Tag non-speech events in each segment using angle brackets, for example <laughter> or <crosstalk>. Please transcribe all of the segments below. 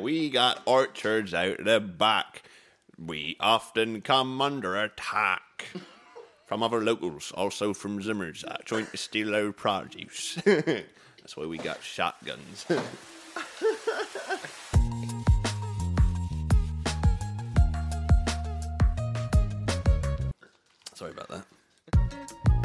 we got orchards out the back. We often come under attack from other locals, also from Zimmers, that are trying to steal our produce. <laughs> That's why we got shotguns. <laughs> Sorry about that.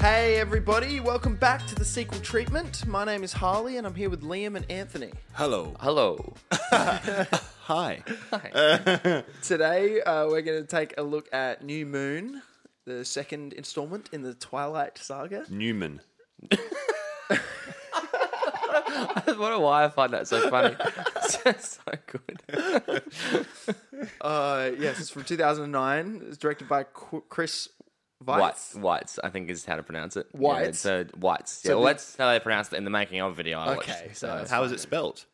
Hey everybody, welcome back to the sequel treatment. My name is Harley and I'm here with Liam and Anthony. Hello. Hello. <laughs> Hi. Today uh, we're going to take a look at New Moon, the second installment in the Twilight saga. Newman. I don't know why I find that so funny. <laughs> so good. <laughs> Uh, yes, it's from 2009. It's directed by Qu- Chris Weitz. Whites. Whites, I think is how to pronounce it. Whites? Yeah, it's, uh, whites. Yeah, So well, the- that's how they pronounced it in the making of video I watched. Okay, So, no, it's- How is it spelled?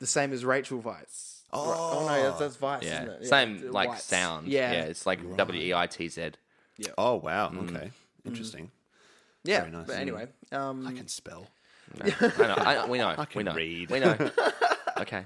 The same as Rachel Weisz. Oh, oh no, that's, that's Weiss, yeah. isn't it? Yeah, Same, it's like, Weitz. sound. Yeah. Yeah. it's like E W-E-I-T-Z. <laughs> Oh, wow. Okay. Interesting. Yeah, Very nice. but anyway. Mm. Um, I can spell. I know. I, we know. we can know. read. <laughs> We know. okay.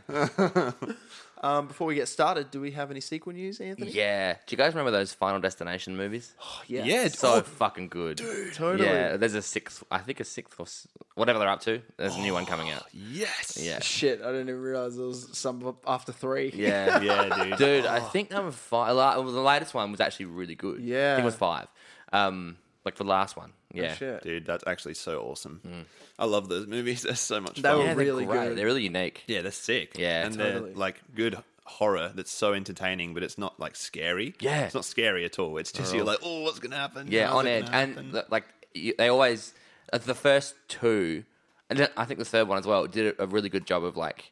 um, before we get started, do we have any sequel news, Anthony? Yeah. Do you guys remember those Final Destination movies? Oh, yes. Yeah, so fucking good. Totally. Yeah, there's a sixth. I think a sixth or s- whatever they're up to. There's a new one coming out. Oh, Yes. Yeah. Shit, I didn't even realize it was some after three. Yeah. Yeah, dude. Dude, Oh. I think number five. la- well, The latest one was actually really good. I think Yeah. it was five. Um, like the last one. <laughs> Yeah. Shit. Dude, that's actually so awesome. I love those movies. <laughs> They're so much They fun. were Mm. Yeah, they're really great. good. They're really unique. yeah, they're sick. Yeah, and totally. they're like good horror that's so entertaining, but it's not like scary. Yeah. it's not scary at all. It's just you're like, oh, what's gonna happen? Yeah, How's on it edge, gonna happen?" and th- like you, they always uh, the first two, and then I think the third one as well did a a really good job of like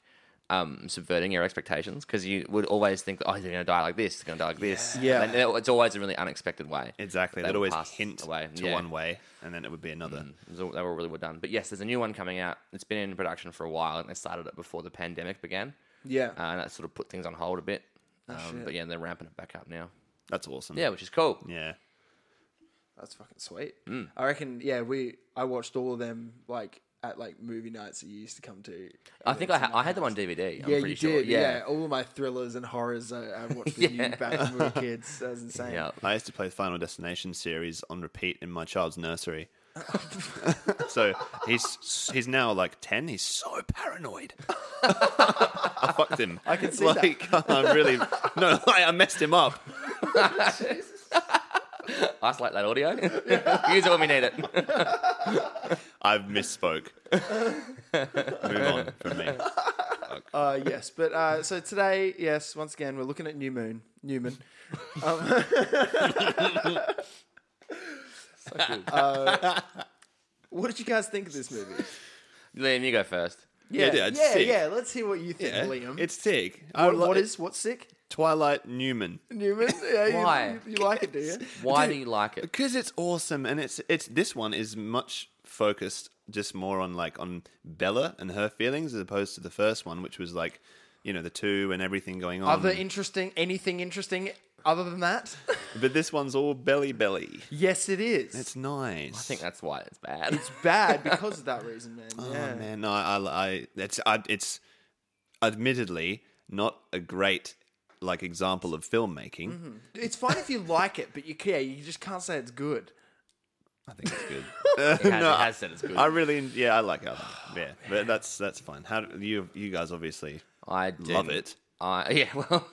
um, subverting your expectations because you would always think, oh, they're gonna die like this, they're gonna die like this. Yeah. and it- it's always a really unexpected way. exactly, They they'd would always pass hint away. to Yeah. Mm. one way, and then it would be another. It was all- They were really well done. But yes, there's a new one coming out. It's been in production for a while, and they started it before the pandemic began, Yeah. uh, and that sort of put things on hold a bit. Um, but yeah, they're ramping it back up now. That's awesome. Yeah, which is cool. yeah. That's fucking sweet. mm. I reckon, yeah, we I watched all of them like at like movie nights that you used to come to. I think I, ha- I had them on DVD. I'm yeah, pretty you sure. did. Yeah. all of my thrillers and horrors I, I <laughs> watched with you back when we were kids. That was insane. yeah. I used to play the Final Destination series on repeat in my child's <laughs> nursery. so he's he's now like ten. He's so paranoid. <laughs> I fucked him. I can see that. like, <laughs> I'm really no. I, I messed him up. <laughs> Isolate that audio. <laughs> Use it when we need it. <laughs> I've <laughs> misspoke. Move on from me. Uh, yes, but uh, so today, yes, once again, we're looking at New Moon <laughs> Newman. <laughs> Um, Uh, what did you guys think of this movie? Liam, you go first. Yeah, dude, it's yeah, sick. yeah. Let's hear what you think, Yeah, Liam. It's sick. I what, lo- what is what's sick? Twilight Newman? <laughs> Newman. Yeah, you- Why? You, you like it, do you? Why do you like it? Because it's awesome, and it's it's this one is much focused just more on like on Bella and her feelings as opposed to the first one, which was like you know the two and everything going on. <laughs> Other interesting? Anything interesting other than that? but this one's all belly belly. yes, it is. It's nice. I think that's why it's bad. It's bad because of that reason, man. Oh yeah. man, no, I, I it's I, it's admittedly not a great like example of filmmaking. It's fine if you like it, but you yeah, you just can't say it's good. I think it's good. <laughs> <laughs> it, has, no, it has said it's good. I I, really, yeah, I like it. Yeah, Oh, but that's that's fine. How do, you you guys obviously love didn't- it? I <laughs> yeah. Well,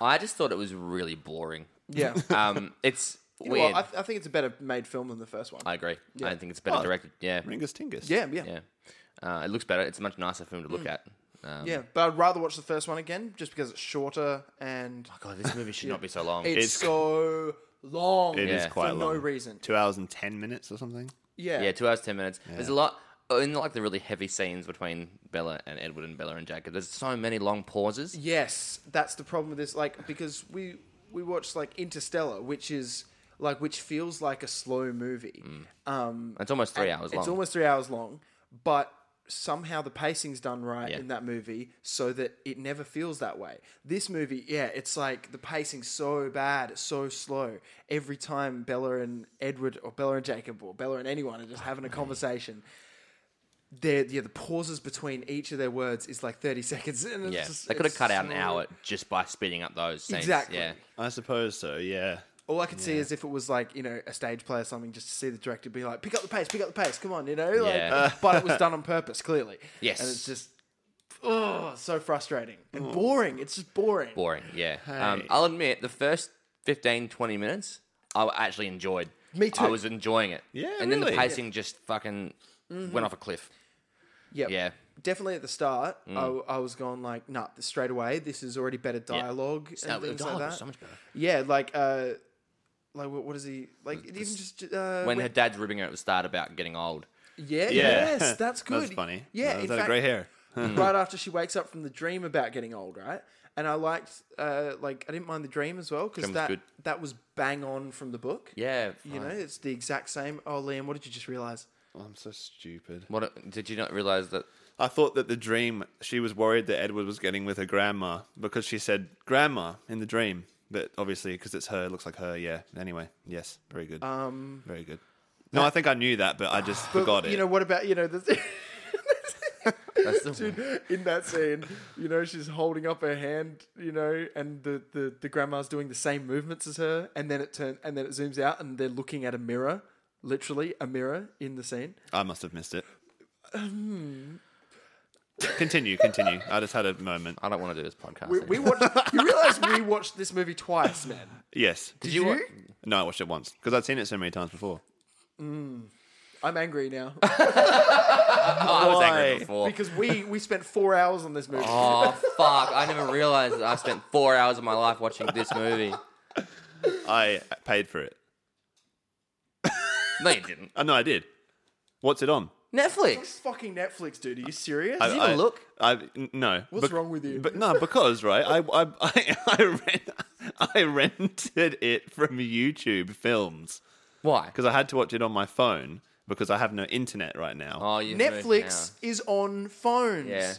I just thought it was really boring. <laughs> Yeah. Um, <laughs> it's Well, weird. I, I, th- I think it's a better made film than the first one. agree. I think it's better Oh. directed. Yeah, Ringus Tingus. yeah, yeah, yeah, yeah. Uh, it looks better. It's a much nicer film to look Mm. at. Um, But I'd rather watch the first one again, just because it's shorter and God, this movie should not be so long. it's, It's- so long. It is Yeah. quite for long. no reason. Two hours and ten minutes or something. Yeah, yeah, two hours ten minutes. There's a lot in like the really heavy scenes between Bella and Edward and Bella and Jacob. There's so many long pauses. Yes, that's the problem with this. Like because we we watched like Interstellar, which is like which feels like a slow movie. Um, It's almost Mm. three hours long. it's almost three hours long, but somehow the pacing's done right Yeah. in that movie so that it never feels that way. This movie, yeah, it's like the pacing's so bad, it's so slow. Every time Bella and Edward or Bella and Jacob or Bella and anyone are just having a conversation, they're, yeah, the pauses between each of their words is like 30 <laughs> seconds. And it's Yeah, just- they could have it's cut out an so- hour just by speeding up those scenes. Exactly. Yeah. I suppose so. Yeah. All I could see is if it was like, you know, a stage play or something, just to see the director be like, pick up the pace, pick up the pace, come on, you know? Like, uh, Yeah. But it was done on purpose, clearly. Yes. Mm. And it's just, oh, so frustrating and boring. It's just boring. boring. Yeah. Um, I'll admit, the first 15, 20 minutes, I actually enjoyed. Me too. I was enjoying it. Yeah, And then the really? pacing just fucking went off a cliff. Mm-hmm. Yep. Yeah. Mm. Definitely at the start, I, I was going like, nah, this straight away, this is already better dialogue Uh, and the things like dialogue that. was so much better. yeah, like, uh, like what, what is he like? Even just uh, When her dad's ribbing her at the start about getting old. yeah, Yeah. yes, <laughs> <laughs> that's good. That's funny. Yeah, That's in that fact, grey hair. right after she wakes up from the dream about getting old, right? And I liked, uh, like, I didn't mind the dream as well because Dream's that good. that was bang on from the book. Yeah. you know, it's the exact same. Oh, Liam, what did you just realize? Oh, I'm so stupid. What a- did you not realize that? I thought that the dream, she was worried that Edward was getting with her grandma because she said grandma in the dream. But obviously, because it's her, it looks like her, yeah. Anyway, yes, very good. Um, very good. No, I think I knew that, but I just <sighs> forgot it. You know, what about you know the. <laughs> That's the, in that scene, you know, she's holding up her hand, you know, and the, the, the grandma's doing the same movements as her, and then it turn and then it zooms out, and they're looking at a mirror, literally a mirror in the scene. I must have missed it. Hmm. continue, continue. I just had a moment. I don't want to do this podcast. We, we anymore. watched. you realize we watched this movie twice, man. Yes. did you? you? No, I watched it once because I'd seen it so many times before. I'm angry now Oh, I was Why? angry before. because we we spent four hours on this movie. Oh fuck! I never realized that I spent four hours of my life watching this movie. I paid for it. No, you didn't. Oh, no, I did. What's it on? Netflix. Fucking Netflix, dude. Are you serious? I- you even I- look? I n- no. What's wrong with you? But no, because right, I I <laughs> I, I, rent, I rented it from YouTube Films <laughs> Why? because I had to watch it on my phone because I have no internet right now. Oh, you Netflix is on phones. Yeah.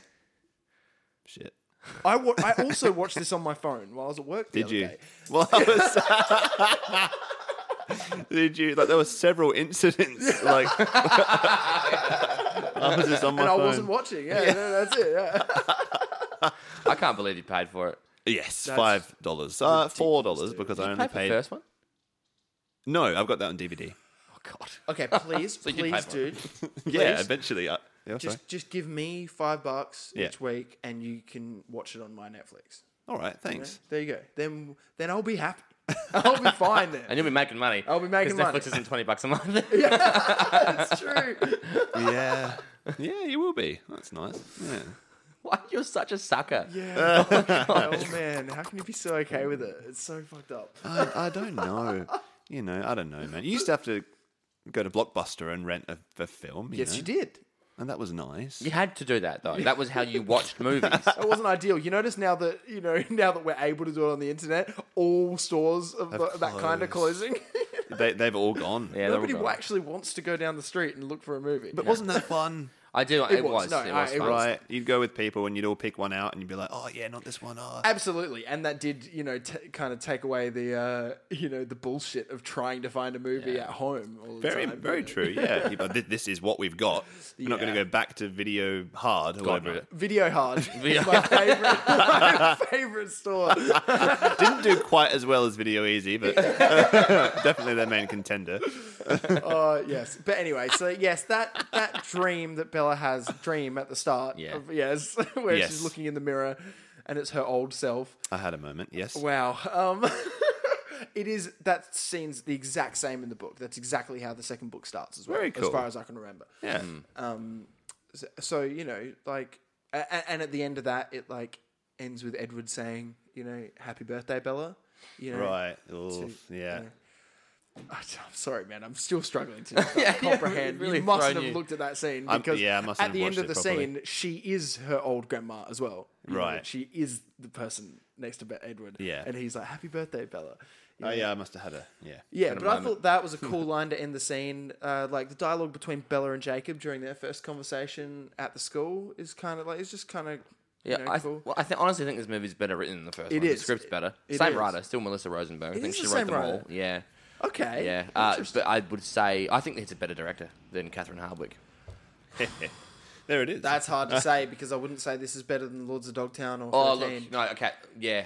Shit. I, wa- I also watched this on my phone while I was at work. The Did other you? Day. <laughs> Well, I was. <laughs> Did you like there were several <laughs> incidents like <laughs> I was just on my And I phone. wasn't watching. Yeah, no, that's it. Yeah. I can't believe you paid for it. yes, five dollars, uh, four dollars dude. because I Pay only for the paid. first one. No, I've got that on DVD. Oh god. Okay, please, you did please, pay for dude, <laughs> Yeah, Please. eventually. I, yeah, sorry. just just give me five bucks Yeah. each week, and you can watch it on my Netflix. All right, thanks. There you go. Then then I'll be happy. <laughs> I'll be fine then. <laughs> And you'll be making money. I'll be making 'Cause money. Netflix isn't twenty bucks a month. <laughs> That's true. yeah. Yeah, you will be. That's nice. Yeah. <laughs> Why you're such a sucker? <laughs> Yeah. oh man, how can you be so okay with it? It's so fucked up. I, I don't know. You know, I don't know, man. You used to have to go to Blockbuster and rent a, a film. Yes, know? you did. And that was nice. You had to do that though. That was how <laughs> you watched movies. That wasn't ideal. You notice now that you know <laughs> now that we're able to do it on the internet, all stores of the, that kind are closed. closing. They, they've all gone. <laughs> Yeah, they're all Nobody gone. actually wants to go down the street and look for a movie. But wasn't that fun? I do. It, was, was. no, it I- was it fun. was. Right. You'd go with people and you'd all pick one out and you'd be like, oh, yeah, not this one. Oh. Absolutely, and that did you know t- kind of take away the uh, you know the bullshit of trying to find a movie at home. All the Very, time, very you know. true. <laughs> Yeah. You- but thi- this is what we've got. We're not going Yeah. to go back to video hard or God, whatever. it- Video Hard, Video- is my favorite, <laughs> my favorite store. Didn't do quite as well as Video Easy, <laughs> but definitely their main contender. Uh, yes, but anyway, so yes, that that dream that Bella has, dream at the start, Yeah. of- yes, <laughs> where she's Yes. looking in the mirror, and it's her old self. I had a moment, yes. Wow, um, <laughs> it is that scene's the exact same in the book. That's exactly how the second book starts as well, Very as cool. far as I can remember. Yeah. So, so, you know, like, and, and at the end of that, it like ends with Edward saying, you know, "Happy birthday, Bella." You know, Right. Oof, yeah. I'm sorry, man. I'm still struggling <laughs> to comprehend. really you must thrown have you. looked at that scene I'm- because yeah, I must at have the end watched of the it properly. scene, she is her old grandma as well. You know, Right. she is the person next to Be- Edward. Yeah. and he's like, "Happy birthday, Bella." Oh yeah, I must have had a yeah. Yeah, At a but I moment. thought that was a <laughs> cool line to end the scene. Uh, like the dialogue between Bella and Jacob during their first conversation at the school is kind of like it's just kind of Yeah, you know, I, cool. well, I th- honestly think this movie's better written than the first It one. is. The script's better. It same is. writer, still Melissa Rosenberg. It I think is she the wrote same them all. writer. Yeah. Okay, Yeah. Uh, interesting. but I would say, I think it's a better director than Catherine Hardwick. There it is. that's hard <laughs> to say because I wouldn't say this is better than Lords of Dogtown or Oh, Thirteen. look. No, okay. Yeah.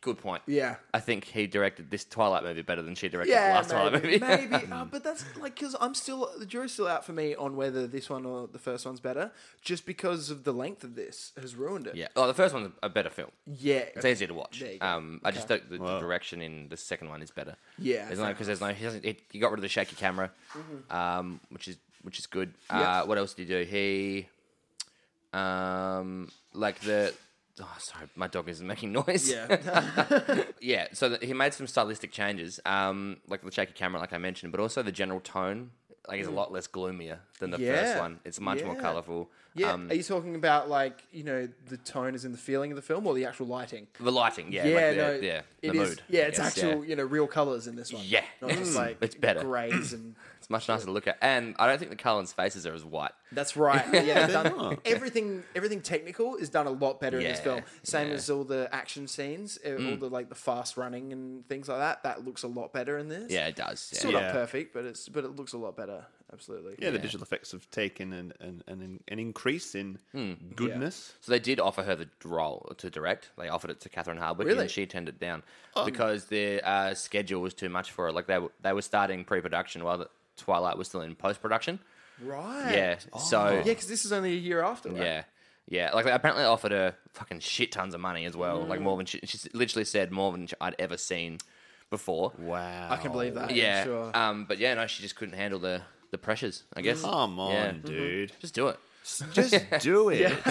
Good point. Yeah. I think he directed this Twilight movie better than she directed the Yeah, last maybe, Twilight movie. maybe. Uh, but that's like because I'm still the jury's still out for me on whether this one or the first one's better, just because of the length of this has ruined it. <laughs> yeah. Oh, the first one's a better film. yeah, It's easier to watch. There you go. Um, I just Okay. think the the direction in the second one is better. Yeah, there's fair Mm-hmm. no because there's no he doesn't. It, he got rid of the shaky camera, um, which is which is good. Yeah. Uh, what else did he do? He, um, like the. Oh, sorry, my dog is making <laughs> noise. yeah, yeah. So that he made some stylistic changes, um, like the shaky camera, like I mentioned, but also the general tone, like, is a lot less gloomier than the Mm. Yeah. first one. It's much more Yeah. colourful. yeah. Um, Are you talking about like you know the tone is in the feeling of the film or the actual lighting? the lighting, yeah, yeah, like the, no, yeah, the it mood. is- Yeah, I it's guess, yeah. actual, you know, real colors in this one. Yeah. Mm. not just like It's better. grays <clears throat> and. It's much nicer to look at, and I don't think the Cullen's faces are as white. That's right. Yeah, they've done, Oh. everything everything technical is done a lot better in this Yeah, film. Same yeah. Mm. as all the action scenes, uh, all the like the fast running and things like that. That looks a lot better in this. Yeah, it does. Yeah. Still Yeah. not perfect, but it's but it looks a lot better. Absolutely. yeah, the digital effects have taken an an, an, an increase in goodness. So they did offer her the role to direct. They offered it to Catherine Hardwick, Really? and she turned it down because their uh, schedule was too much for her. Like they were, they were starting pre-production while the Twilight was still in post-production. Right. Oh. Yeah. So Oh. Yeah, because this is only a year after. Right? Yeah. Yeah, like they apparently offered her fucking shit tons of money as well. Like more than she, she literally said more than I'd ever seen before. Wow, I can believe that. I'm yeah. Sure. Um, but yeah, no, she just couldn't handle the the pressures. I guess. Come on, Yeah. <laughs> dude. Just do it. Just do it. <laughs>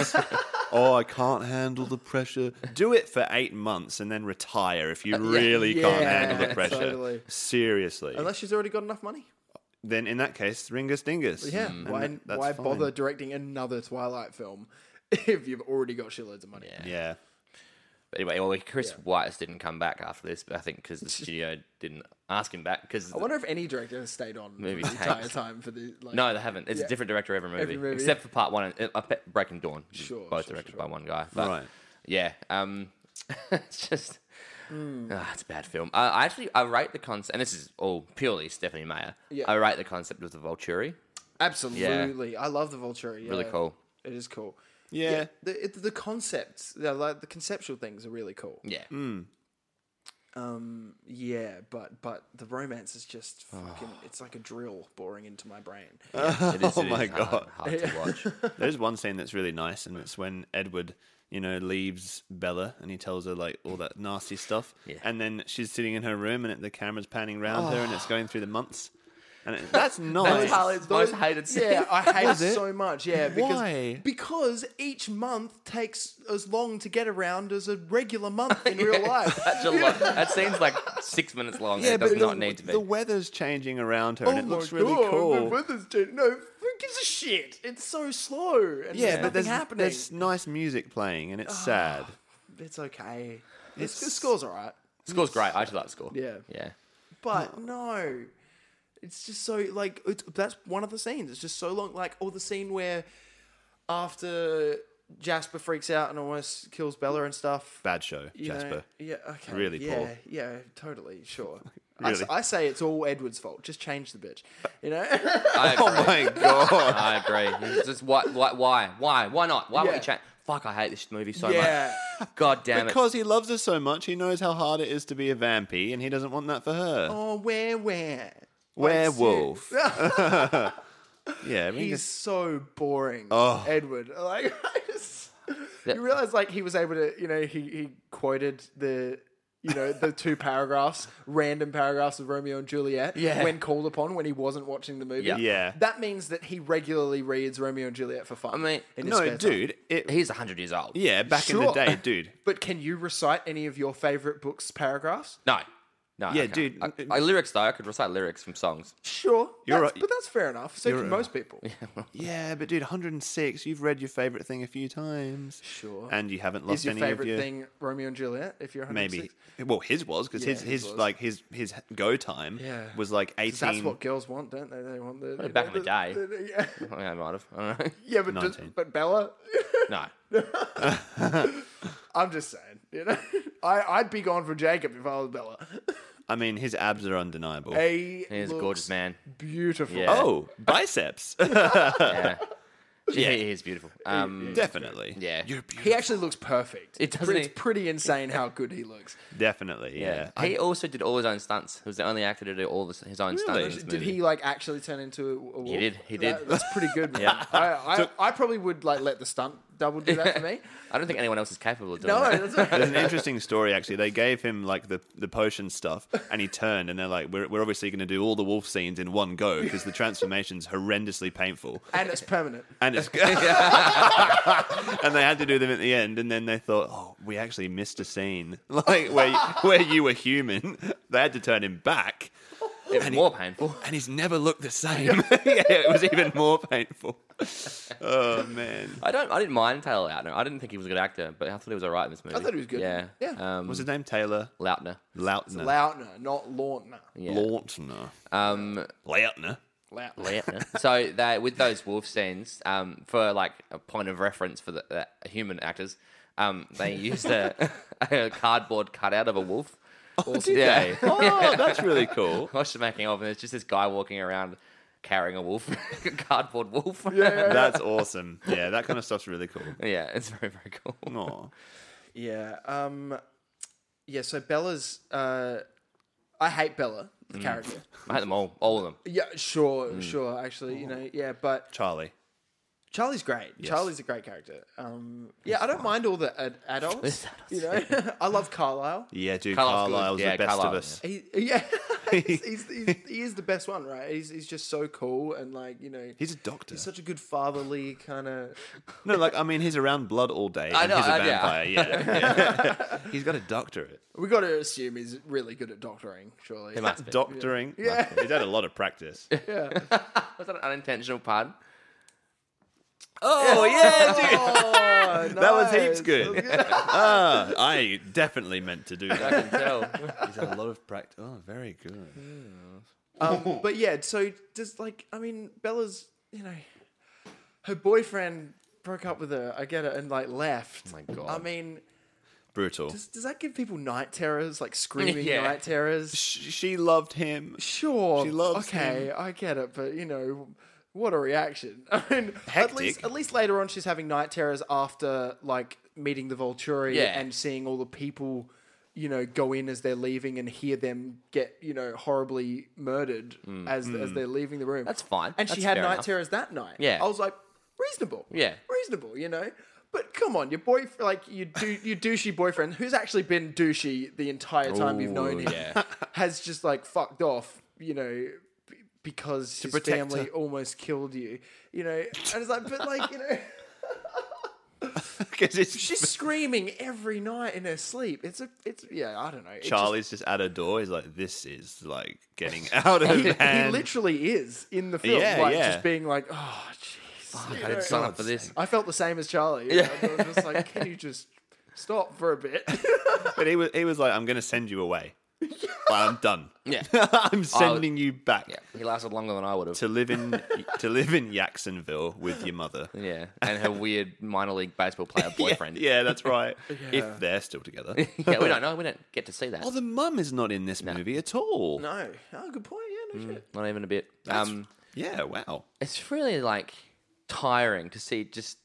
oh, I can't handle the pressure. Uh, Do it for eight months and then retire if you really can't Yeah, handle the pressure. totally. Seriously. Unless she's already got enough money. then in that case, Ringus Dingus. Mm. Mm. Yeah. And Why, that- that's why fine. bother directing another Twilight film <laughs> if you've already got shitloads of money? Yeah. Yeah. But anyway, well, Chris Yeah. Weiss didn't come back after this, but I think <laughs> because the studio didn't ask him back. Because I wonder if any director has stayed on for the Movie entire takes. time for the. Like, no, they haven't. It's Yeah. a different director every movie, Every movie, except yeah. for part one and uh, uh, Breaking Dawn. which is Sure, both sure, directed sure. by one guy. But Right. Yeah. Um, <laughs> it's just. Hmm. ah, it's a bad film. I, I actually I rate the concept, and this is all purely Stephanie Meyer. Yeah. I rate the concept of the Volturi. Absolutely, I love the Vulture. Really yeah. cool. It is cool. Yeah. the it, the concepts, yeah, like the conceptual things, are really cool. Yeah. Hmm. Um, yeah, but but the romance is just fucking. It's like a drill boring into my brain. <laughs> It is, Oh it is my hard- God. <laughs> Hard to watch. There's one scene that's really nice, and it's when Edward, you know, leaves Bella and he tells her, like, all that nasty stuff. Yeah. And then she's sitting in her room and it, the camera's panning round her Oh. and it's going through the months. <laughs> And it, that's nice. Harlan's most hated scene. Yeah, I hate Was it, it? so much. Yeah, because Why? because each month takes as long to get around as a regular month in <laughs> <laughs> real life. That's a lot. That seems like six minutes long. and it does not the, <laughs> need to be. the weather's changing around her and it Oh my looks really God, The cool. weather's changed. No, who gives a shit? It's so slow. And yeah, but nothing there's, happening. Ah, there's nice music playing and it's sad. It's okay. It's, the score's all right. Score's great. I actually like the score. Yeah. Yeah. But no. It's just so like it's, that's one of the scenes. It's just so long. Like or the scene where after Jasper freaks out and almost kills Bella and stuff. Bad show, you know- Jasper. yeah. Okay. Really yeah, poor. Yeah. Totally. Sure. <laughs> I s- Really. I, say it's all Edward's fault. Just change the bitch. <laughs> You know. I Oh my <laughs> agree. god. I agree. It's Just why, why, why, why, why not? Why won't Yeah. you change? Fuck, I hate this movie so yeah. much. God damn it. Because he loves her so much, he knows how hard it is to be a vampy, and he doesn't want that for her. Oh, where, where? Werewolf. yeah, I mean, He's so boring, Oh. Edward. <laughs> Like, I just- Yeah. you realize, like, he was able to, you know, he, he quoted the, you know, the <laughs> two paragraphs, random paragraphs of Romeo and Juliet, Yeah. when called upon when he wasn't watching the movie. Yeah. Yeah. that means that he regularly reads Romeo and Juliet for fun. I mean, in his no, spare time. dude. It, He's 100 years old. yeah, back in the Sure. day, dude. But can you recite any of your favorite books' paragraphs? No. No, I Yeah, can't. dude, I, n- I lyrics though. I could recite lyrics from songs. Sure, You're that's- right. but that's fair enough. So You're can right. most people. Yeah, but dude, 106. You've read your favorite thing a few times. Sure. And you haven't lost Is your any favorite of your thing Romeo and Juliet? If you're 106? maybe. Well, his was because Yeah, his his his, was. like his his go time Yeah. was like 'Cause that's eighteen. what girls want, don't they? They want the back in the day. yeah. <laughs> I, mean, I might have. I don't know. Yeah, but does, 19. but Bella, <laughs> No. I'm just saying, you know, <laughs> I I'd be gone for Jacob if I was Bella. <laughs> I mean, his abs are undeniable. He, He's a looks gorgeous man. Beautiful. Yeah. Oh, <laughs> biceps. <laughs> Yeah. yeah. He is beautiful. Um, Definitely. Yeah. You're beautiful. He actually looks perfect. It doesn't It's he- pretty insane how good he looks. Definitely. Yeah. He also did all his own stunts. He was the only actor to do all this, his <laughs> own Really? stunts. in this Did movie. he like actually turn into a wolf? He did, he That- did. that's pretty <laughs> good, man. <laughs> I, I, I probably would like let the stunt double do <laughs> that for me. I don't think anyone else is capable of doing No, <laughs> that. that's all right. There's an interesting story actually. They gave him like the, the potion stuff, and he turned, and they're like, "We're, we're obviously going to do all the wolf scenes in one go because the transformation's horrendously painful." and it's permanent. And <laughs> it's <laughs> and they had to do them at the end, and then they thought, "Oh, we actually missed a scene <laughs> like where where you were human." They had to turn him back, It's more painful. and he's never looked the same. <laughs> yeah, it was even more painful. Oh man, I don't. I didn't mind Taylor Lautner. I didn't think he was a good actor, but I thought he was alright in this movie. thought he was good. Yeah. Yeah. Um, was his name Taylor Lautner? Lautner? Lautner, not Lautner. Yeah. Lautner. Um, Lautner. Lautner. Lautner. <laughs> so they with those wolf scenes, um, for like a point of reference for the, the human actors, um, they used a, a cardboard cutout of a wolf. Did yeah. they? Oh, that's really <laughs> cool. I was just making of, and there's just this guy walking around carrying a wolf, <laughs> a cardboard wolf. yeah. That's awesome. Yeah, that kind of stuff's really cool. <laughs> Yeah, it's very very cool. Aw. Yeah. Um, yeah. So Bella's. Uh, I hate Bella, the Mm. character. I hate them all, all of them. Yeah, sure, sure. Actually, you know, yeah, but Charlie. Charlie's great. Charlie's a great character. Um, yeah, I don't mind all the ad- adults. you know, <laughs> I love Carlisle. Yeah, dude, Carlisle's Carlisle's good. Yeah, the best Carlisle, of us. He, yeah, <laughs> he's, he's, he's, he is the best one, right? He's, he's just so cool and like you know, He's a doctor. such a good fatherly kind of. no, like, I mean, he's around blood all day. I and know, He's a I- yeah. vampire, yeah. yeah. he's got a doctorate. We got to assume he's really good at doctoring. Surely, must be. Doctoring. Yeah. He's had a lot of practice. Was that an unintentional pun? Oh <laughs> yeah, dude. <laughs> Oh, That was nice. heaps good. ah, I definitely meant to do I that. can tell. He's had a lot of practice. Oh, very good. Um, but yeah, so just like I mean, Bella's you know, her boyfriend broke up with her. I get it, and like left. Oh my God. I mean, Brutal. does, does that give people night terrors? Like screaming <laughs> Yeah. night terrors? Sh- she loved <laughs> him. Sure. She loves Okay, I get it, but you know. What a reaction! <laughs> I mean, at Hectic. least at least later on, she's having night terrors after like meeting the Volturi Yeah. and seeing all the people, you know, go in as they're leaving and hear them get you know horribly murdered as as they're leaving the room. Mm. That's fine. And she That's had fair night enough. terrors that night. Yeah. I was like, reasonable. Yeah. Reasonable, you know? But come on, your boy, like your do your douchey boyfriend, who's actually been douchey the entire time you've known Ooh, him, yeah. has just like fucked off, you know, b- because his protect family her. almost killed you, you know. And it's like, but like, <laughs> you know, Because it's she's screaming every night in her sleep. It's a, it's yeah, I don't know. It just- Charlie's just at her door. He's like, this is like getting <laughs> out of he, he hand. literally is in the film, Yeah, like yeah. just being like, oh jeez, you I know? didn't sign up for this. I felt the same as Charlie. Yeah. I was just like, can you just stop for a bit? <laughs> But he was he was like, I'm gonna send you away. Like, I'm done. Yeah. <laughs> I'm sending you back Yeah, he lasted longer than I would have. to live in to live in Jacksonville with your mother. yeah, <laughs> and her weird minor league baseball player boyfriend. Yeah, that's right. Yeah. If they're still together. <laughs> <laughs> Yeah, we don't know. We don't get to see that. oh, the mum is not in this movie at all. no. Oh, good point. Yeah, Mm. no shit. Not even a bit. That's- Um, Yeah, wow. it's really like tiring to see just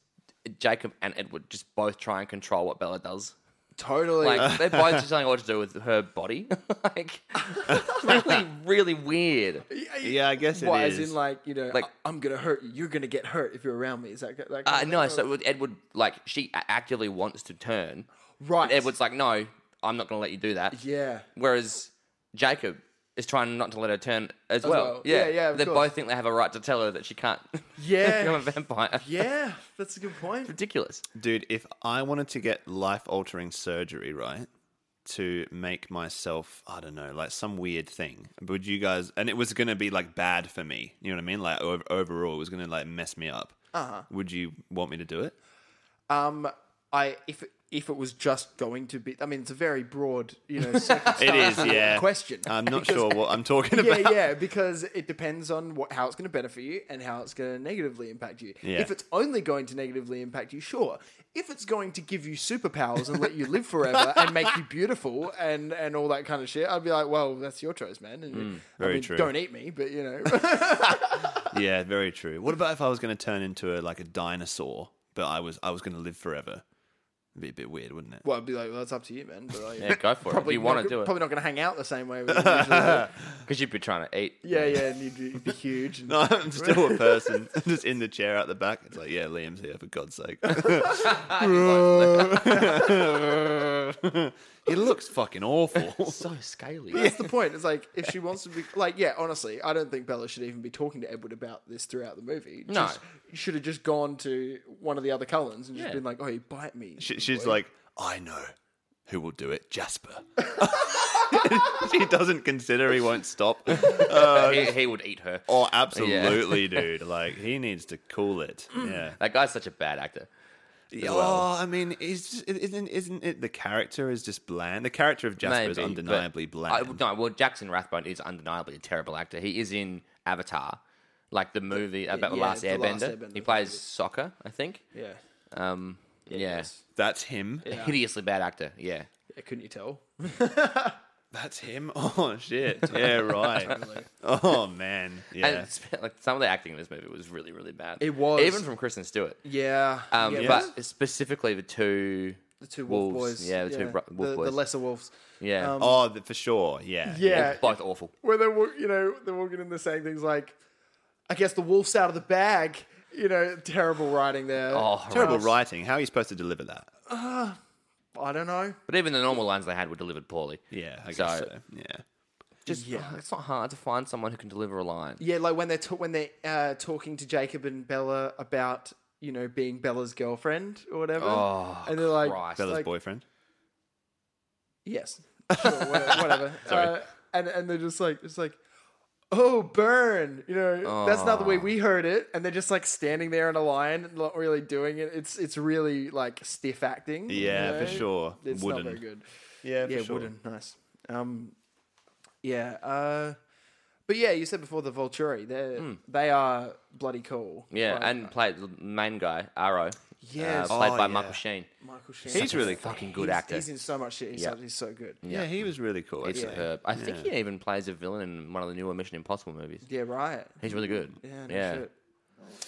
Jacob and Edward just both try and control what <laughs> Bella does. Totally. <laughs> Like they're both just telling her what to do with her body. <laughs> <laughs> like it's really, really weird. Yeah, I guess it is. what, as in like, you know, like, Like- I'm going to hurt you. You're going to get hurt if you're around me. Is that, that Uh, kind of no, thing? so with Edward, like she a- actively wants to turn. Right. Edward's like, no, I'm not going to let you do that. Yeah. Whereas Jacob is trying not to let her turn as, well. well. Yeah, Yeah, yeah, of They course. both think they have a right to tell her that she can't <laughs> <laughs> become a Yeah. vampire. yeah. That's a good point. <laughs> <laughs> Ridiculous. Dude, if I wanted to get life altering surgery, right? to make myself, I don't know, like some weird thing. Would you guys? And it was gonna be like bad for me. You know what I mean? Like ov- overall, it was gonna like mess me up. Uh-huh. Would you want me to <laughs> do it? Um, I if if it was just going to be, I mean, it's a very broad, you <laughs> know, circumstance It is, yeah. question. I'm not sure what I'm <laughs> talking yeah, about. yeah, because it depends on what, how it's going to benefit you and how it's going to negatively impact you. Yeah. If it's only going to negatively impact you, sure. If it's going to give you superpowers and let you live <laughs> forever and make you beautiful and, and all that kind of shit, I'd be like, well, that's your choice, man. And, I very mean, true. Don't eat me, but you know, <laughs> Yeah, very true. What about if I was going to turn into a like a dinosaur, but I was I was going to live forever? It'd be a bit weird, wouldn't it? <laughs> well, I'd be like, well, that's up to you, man. But like, Yeah, go for it. <laughs> If probably you want to not- do it Probably not going to hang out the same <laughs> way. We usually do. because you'd be trying to eat. Yeah, yeah, and you'd be, you'd <laughs> be huge. And No, I'm still a person, <laughs> just in the chair out the back. It's like, yeah, Liam's here for God's sake. <laughs> he looks fucking awful. So scaly. <laughs> That's the point. It's like if she wants to be like, yeah, honestly, I don't think Bella should even be talking to Edward about this throughout the movie. No. Just- you should have just gone to one of the other Cullens and just Yeah. been like, "Oh, you bite me." She, she's like, I know who will do it, Jasper. <laughs> she doesn't consider he won't stop. he, he would eat her. Oh, absolutely, dude. Like he needs to cool it. Yeah. That guy's such a bad actor. Yeah, well. Oh, I mean, it's just, it- isn't isn't it the character is just bland? The character of Jasper is Maybe, but undeniably I, bland. no, well, Jackson Rathbone is undeniably a terrible actor. He is in Avatar, like the movie about the yeah, last The Last Airbender. Airbender, he the plays movie. soccer, I think. yeah, Um, yeah, yes. That's him. A hideously bad actor. Yeah, yeah, couldn't you tell? That's him. <laughs> Oh <laughs> shit. Yeah, right. oh man. and <laughs> Yeah. it's, like some of the acting in this movie was really, really bad. It was. even from Kristen Stewart. Yeah, Um, yeah, But specifically the two, the two wolf wolves. boys, Yeah, the two bro- wolf the, boys. the lesser wolves. yeah, um, Oh, the, for sure. Yeah. Yeah, both awful. where they're wa- you know they're walking in, they're saying things like, "I guess the wolf's out of the bag." You know, terrible writing there. Oh, Terrible horrendous. writing. How are you supposed to deliver that? I don't know. But even the normal lines they had were delivered poorly. Yeah, I guess So- so. Yeah. Just Yeah. it's not hard to find someone who can deliver a line. uh, Yeah, like when they're ta- when they're uh, talking to Jacob and Bella about you know being Bella's girlfriend or whatever, Oh, and they're like, Christ. Bella's like, boyfriend. yes, <laughs> sure, whatever. whatever. <laughs> Sorry. Uh, and and they're just like, it's like, oh, burn, you know, that's not the Oh. way we heard it. And they're just like standing there in a line, and not really doing it. It's it's really like stiff acting. you Yeah, for know? sure. It's wooden. not very good. Yeah, for yeah, sure. wooden. Nice. Um, yeah. Uh, but yeah, you said before the Volturi, they are they are bloody cool. Hmm. Yeah, Like, and played the main guy Arrow. Yes. uh, played Oh, by yeah. Michael Sheen. Michael Sheen. He's Such a really f- fucking good he's- actor. He's in so much shit. He's, Yeah. so, he's so good. Yeah. Yeah. he was really cool. It's actually. superb. I think he even plays a villain in one of the newer Mission Impossible movies. right. He's really good. Yeah, no yeah. shit.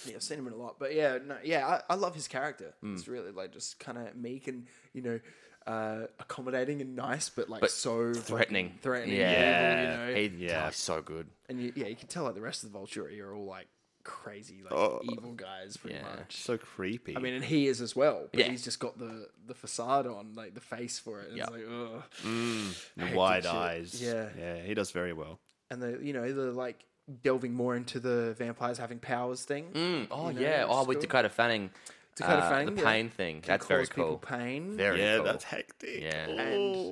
Yeah, I've seen him in a lot, but yeah, no, yeah, I, I love his character. Hmm. It's really like just kind of meek and you know, uh, accommodating and nice, but like But so fucking threatening. threatening. Yeah. and evil, you know? He, Yeah. oh, he's so good. and you, yeah, you can tell like the rest of the Volturi are all like crazy, like Oh. evil guys, pretty Yeah. much. so creepy. I mean, and he is as well, but Yeah. he's just got the the facade on, like the face for it. And Yeah. It's like, ugh. Mm, the wide shit. eyes. Yeah. Yeah, he does very well. And the you know the like delving more into the vampires having powers thing. Mm, Oh You know, yeah. Oh, it's with cool. Dakota Fanning. Dakota uh, Fanning, The yeah. pain thing. Can That's very cause people cool. Pain. Very yeah, cool. that's hectic. Yeah. And-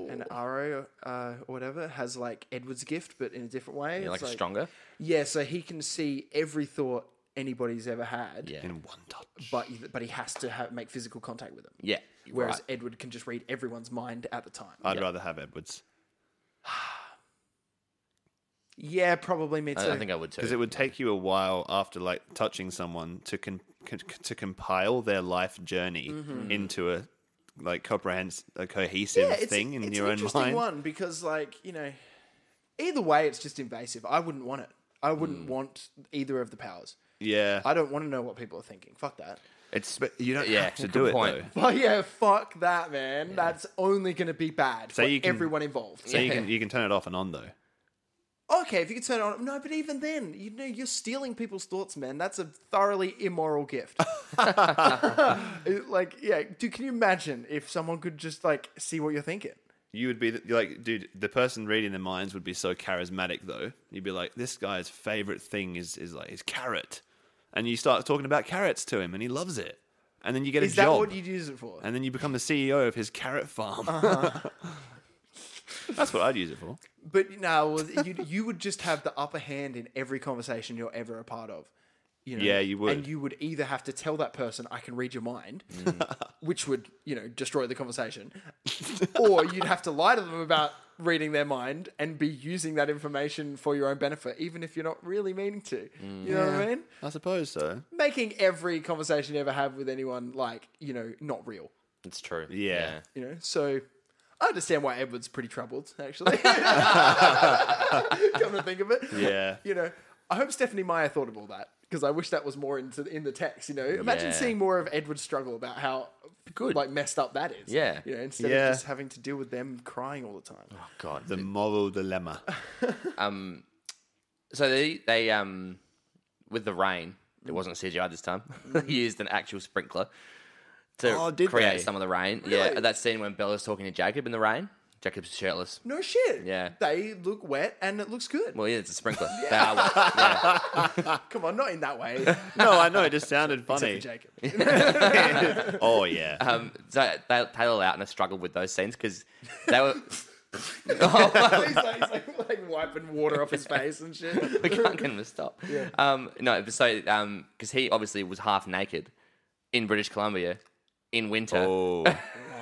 and and Arrow uh, or whatever has like Edward's gift, but in a different way. Yeah, It's like, a stronger. Yeah, so he can see every thought anybody's ever had. Yeah. in one touch. But but he has to have, make physical contact with them. Yeah. Whereas right. Edward can just read everyone's mind at the time. I'd rather have Edwards yeah, probably me too. I, I think I would too. because it would take you a while after like touching someone to con- con- to compile their life journey into a like comprehens a cohesive Mm-hmm. yeah, it's, thing in it's your an own interesting mind. one because like you know, either way, it's just invasive. I wouldn't want it. I wouldn't Hmm. want either of the powers. Yeah, I don't want to know what people are thinking. <laughs> Fuck that. It's but you don't yeah, have to good do it point. though. But yeah, fuck that, man. That's only going to be bad So for you can- everyone involved. So you can you can turn it off and on though. Okay, if you could turn it on. No, but even then, you know, you're stealing people's thoughts, man. That's a thoroughly immoral gift. It- like, yeah, dude, can you imagine if someone could just like see what you're thinking? You would be the- like, dude, the person reading the minds would be so charismatic though. You'd be like, this guy's favorite thing is is like his carrot, and you start talking about carrots to him, and he loves it. And then you get Is a that job. E what you'd use it for? Uh-huh. and then you become the CEO of his carrot farm. <laughs> That's what I'd use it for. But no, well, you you would just have the upper hand in every conversation you're ever a part of. You know? Yeah, you would. And you would either have to tell that person, "I can read your mind," Mm. <laughs> which would you know destroy the conversation, <laughs> or you'd have to lie to them about reading their mind and be using that information for your own benefit, even if you're not really meaning to. You know what I mean? I suppose so. Making every conversation you ever have with anyone like you know not real. It's true. Yeah. You know, so I understand why Edward's pretty troubled, <laughs> actually. <laughs> Come to think of it, Yeah. You know, I hope Stephanie Meyer thought of all that because I wish that was more into in the text. You know, imagine Yeah. seeing more of Edward's struggle about how Good. like messed up that is. Yeah. You know, instead Yeah. of just having to deal with them crying all the time. Oh, God. The moral <laughs> dilemma. So they they um with the rain, it wasn't CGI this time. <laughs> they used an actual sprinkler to Oh, did they? create some of the rain. Yeah, that scene when Bella's talking to Jacob in the rain. Jacob's shirtless. No shit. Yeah. They look wet and it looks good. Well, yeah, it's a sprinkler. <laughs> They are wet. Yeah. Come on, not in that <laughs> way. no, I know. It just sounded funny. Except for Jacob. <laughs> <laughs> oh yeah. Um, so they Taylor Lautner struggled with those scenes because they <laughs> were. oh, he's, like, he's like, like wiping water off his face and shit. <laughs> we can't get him to stop. Yeah. Um, no, so because he obviously was half naked in British Columbia in winter. oh, <laughs>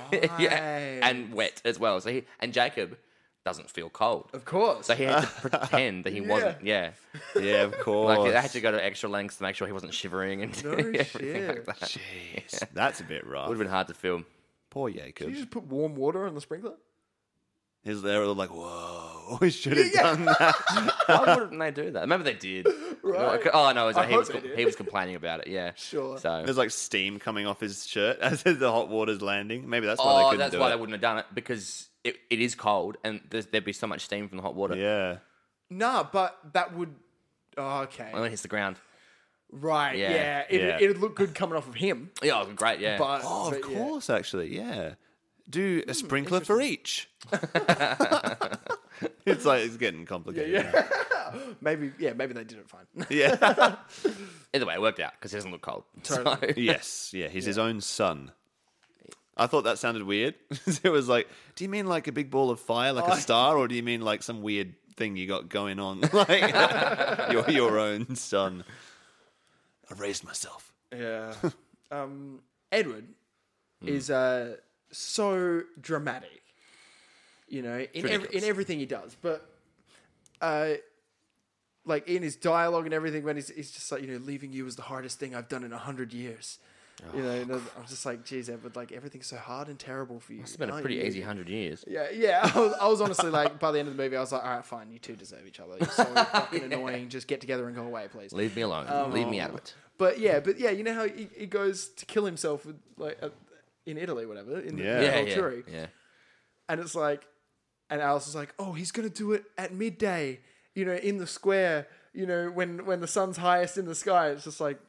<laughs> yeah, and wet as well. So he and Jacob doesn't feel cold. Of course. So he had to <laughs> pretend that he wasn't. Yeah, yeah. Of <laughs> course. like they had to go to extra lengths to make sure he wasn't shivering and <laughs> No everything shit. like that. Jeez, that's a bit rough. Would have been hard to film. Poor you Jacob. just put warm water on the sprinkler? Is there like, whoa? <laughs> I should have done that. <laughs> <laughs> Why wouldn't they do that? Maybe they did. <laughs> Right. Oh no, it was, I he was hope they did. he was complaining about it. Yeah, Sure. So There's like steam coming off his shirt <laughs> as the hot water's landing. Maybe that's why they oh, couldn't that's do why it. they wouldn't have done it because it, it is cold and there's, there'd be so much steam from the hot water. yeah. Nah, but that would. Oh, okay. When it hits the ground. Right. Yeah. Yeah. It, Yeah. It'd look good coming off of him. Yeah, oh, great. Yeah. But, Oh, of but yeah. course, actually, yeah. Do a sprinkler for each. <laughs> it's like it's getting complicated. Yeah, Maybe. Yeah. Maybe they did it fine. <laughs> Either way, it worked out because he doesn't look cold. <laughs> Totally. So- yes, yeah. He's his own son. I thought that sounded weird. <laughs> it was like, do you mean like a big ball of fire, like a star, or do you mean like some weird thing you got going on, <laughs> like your your own son? I raised myself. yeah. Um, Edward Hmm. is uh so dramatic. You know, in every, in ridiculous. everything he does, but uh. Like in his dialogue and everything, when he's, he's just like, you know, leaving you was the hardest thing I've done in a hundred years. you know, and I'm just like, geez, Edward, like everything's so hard and terrible for you. It's been a pretty easy hundred years. Oh, Yeah, yeah. I was, I was honestly like, by the end of the movie, I was like, all right, fine, you two deserve each other. <laughs> You're so fucking annoying. Just get together and go away, please. Leave me alone. Oh. Leave me out of it. But yeah, but yeah, you know how he, he goes to kill himself with like uh, in Italy, whatever, in the Yeah. the Yeah, yeah, Volturi. yeah. and it's like, and Alice is like, oh, he's gonna do it at midday, you know, in the square, you know, when when the sun's highest in the sky. It's just like,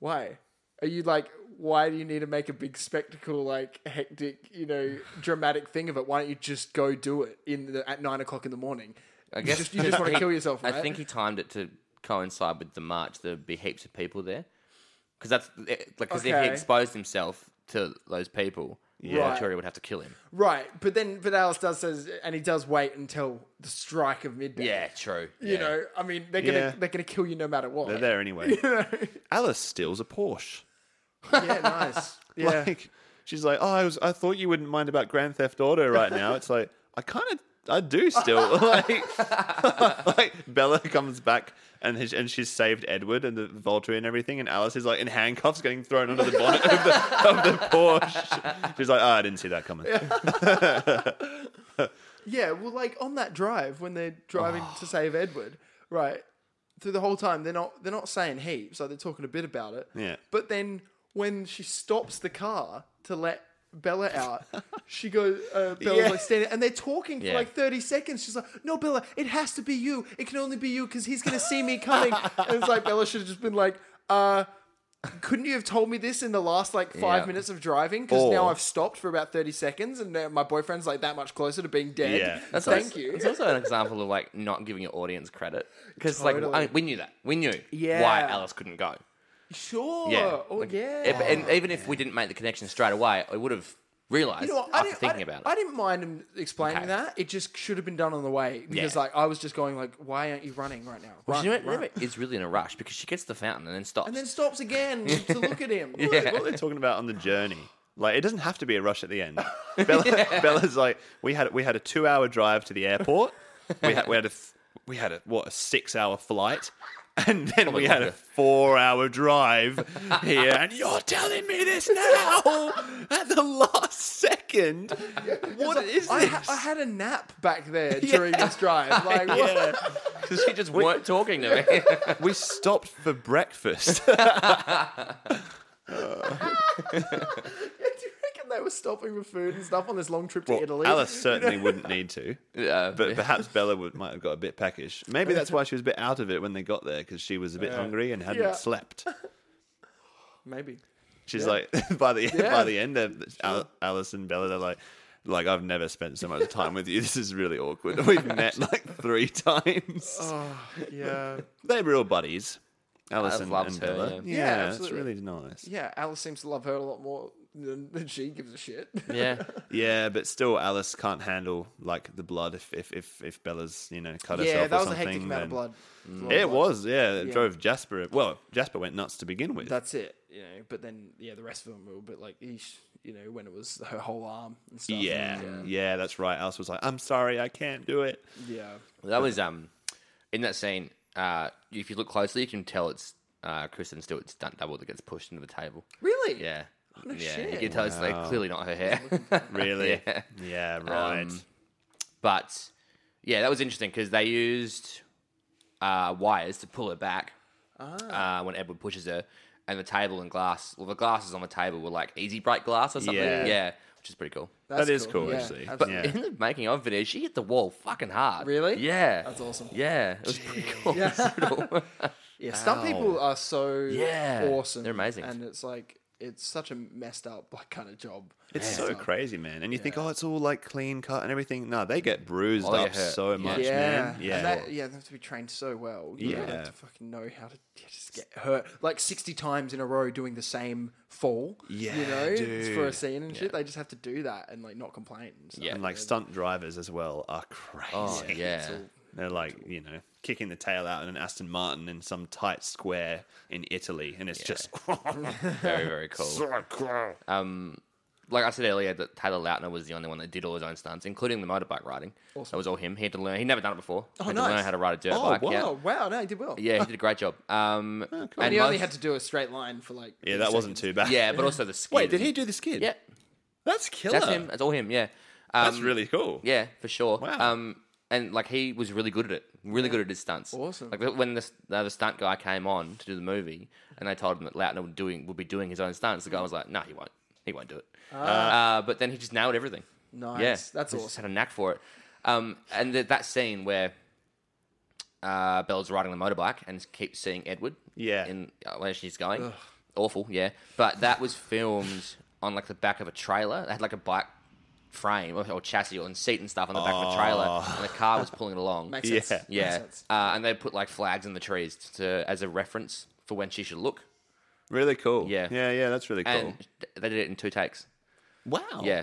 why are you like? Why do you need to make a big spectacle, like hectic, you know, dramatic thing of it? Why don't you just go do it in the, at nine o'clock in the morning? I guess just- you just wanna he- kill yourself, I right? think he timed it to coincide with the march. There'd be heaps of people there because that's it- like because if Okay. he exposed himself to those people, Right. Volturi would have to kill him. Right, but then, but Alice does says, and he does wait until the strike of midday. Yeah, true. you yeah. know, I mean, they're gonna Yeah. they're gonna kill you no matter what. They're there anyway. <laughs> Alice steals a Porsche. Yeah, nice. Yeah. <laughs> Like she's like, "Oh, I was I thought you wouldn't mind about Grand Theft Auto right now." It's like, <laughs> "I kind of I do still." <laughs> like, <laughs> like Bella comes back and his, and she's saved Edward and the Volturi and everything and Alice is like in handcuffs getting thrown under the bonnet of the, of the Porsche. She's like, "Oh, I didn't see that coming." Yeah, well, like on that drive when they're driving Oh. to save Edward, right? Through the whole time, they're not they're not saying heaps. Like they're talking a bit about it. Yeah. But then when she stops the car to let Bella <laughs> out, she goes. Uh, Bella's Yeah. like standing, and they're talking for Yeah. like thirty seconds. She's like, "No, Bella, it has to be you. It can only be you because he's gonna see me coming." and it's like Bella should have just been like, "Uh." Couldn't you have told me this in the last like five Yeah. minutes of driving? Because now Or- I've stopped for about thirty seconds, and now my boyfriend's like that much closer to being dead. Yeah. That's Thank also, you. It's also an example of like not giving your audience credit because Totally. like I- we knew that we knew why Yeah. Alice couldn't go. Sure. Yeah. Oh Like, yeah. if- and even if we didn't make the connection straight away, it would have realized You know what, I after didn't, thinking I, about didn't- it. I didn't mind him explaining Okay. that. It just should have been done on the way because, Yeah. like, I was just going like, "Why aren't you running right now?" Well, Run, you know what? run." Never is really in a rush because she gets to the fountain and then stops. And then stops again to look at him. Yeah. what they're talking about on the journey. Like it doesn't have to be a rush at the end. <laughs> Bella, Bella's like, we had we had a two hour drive to the airport. We had we had a th- we had a what a six hour flight, and then we had a longer. four hour drive here. And you're telling me this now at the last second. What is I, ha- this? I had a nap back <laughs> there during this drive. Like, what? <laughs> yeah. because <laughs> she just weren't talking to me. we stopped for <laughs> breakfast. do you reckon they were stopping for food and stuff on this long trip to Italy? Alice certainly wouldn't need to. <laughs> Yeah, But perhaps Bella would, might have got a bit peckish. Maybe that's why she was a bit out of it when they got there because she was a bit hungry and hadn't Yeah. <laughs> slept. Maybe. She's like, <laughs> by the Yeah. by the end, of Al- Alice and Bella, they're like, like I've never spent so much time with you. This is really awkward. <laughs> <laughs> We've met like three times. Oh, yeah. They're real buddies. Alice Alice and, loves and her, Bella. yeah. Yeah, Yeah, it's absolutely. really nice. Yeah. Yeah, Alice seems to love her a lot more than, than she gives a shit. yeah, but still, Alice can't handle like the blood if if if, if Bella's you know cut yeah, herself that or was a something. hectic amount of then- blood. It was a lot Mm. of It blood. was, yeah. It Yeah. drove Jasper. Well, Jasper went nuts to begin with. That's it, you know. But then, yeah, the rest of them were a bit like, eesh, you know, when it was her whole arm and stuff. Yeah, yeah, that's right. Alice was like, "I'm sorry, I can't do <laughs> it." Yeah. that was um in that scene. Uh, if you look closely, you can tell it's uh, Kristen Stewart's stunt double that gets pushed into the table. Really? Yeah, no yeah, you shit. can tell it's like clearly not her hair. Really? Yeah. yeah. right. Um, but yeah, that was interesting because they used uh, wires to pull her back Ah. uh, when Edward pushes her, and the table and glass. Well, the glasses on the table were like easy bright glass or something. Yeah. Yeah, which is pretty cool. That is cool, Yeah, actually. But- But absolutely. in the making of video, she hit the wall fucking hard. Really? Yeah. That's awesome. <laughs> Yeah, it was pretty cool. <laughs> Yeah, stunt people are so Yeah, awesome. they're amazing. and it's like it's such a messed up like kind of job. it's so crazy, man. And you think, oh, it's all like clean cut and everything. No, they get bruised Oh, they up hurt. so Yeah. much, yeah, man. And Yeah, that- yeah, they have to be trained so well. You yeah, Yeah. have to fucking know how to yeah, just get hurt like sixty times in a row doing the same fall. you Yeah, know, for a dude. scene and shit. They just have to do that and like not complain. And stuff. Yeah. and like stunt drivers as well are crazy. Oh, yeah. <laughs> They're like, you know, kicking the tail out in an Aston Martin in some tight square in Italy, and it's just <laughs> Very, very cool. Um, like I said earlier, that Taylor Lautner was the only one that did all his own stunts, including the motorbike riding. That was all him. He had to learn. He'd never done it before. Oh, he had to nice. learn how to ride a dirt Oh, bike. Yeah. Oh wow, no, he did well. Yeah, he did a great job. Um, cool. and he only most- had to do a straight line for like. <laughs> yeah. 30 That wasn't seconds. too bad. Yeah, but also the <laughs> skid. Wait, did he do the skid? Yeah, that's killer. that's him. That's all him. Yeah, um, That's really cool. yeah for sure. Wow. Um, and like he was really good at it. Really good at his stunts. Awesome. Like when the, the stunt guy came on to do the movie, and they told him that Lautner would doing would be doing his own stunts. The Mm. guy was like, "No, he won't. He won't do it." Uh, Ah. but then he just nailed everything. Nice. Yeah, That's awesome. he Just had a knack for it. Um, and th- that scene where uh, Bella's riding the motorbike and keeps seeing Edward. Yeah. In uh, where she's going, awful. Yeah, but that was filmed on like the back of a trailer. They had like a bike frame or, or chassis or and seat and stuff on the back of a trailer, and the car was pulling it along. Makes sense. Yeah. Makes <laughs> yeah, sense. uh, and they put like flags in the trees to as a reference for when she should look. Really cool. Yeah. Yeah, yeah, that's really cool. And th- they did it in two takes. wow. Oh. Yeah,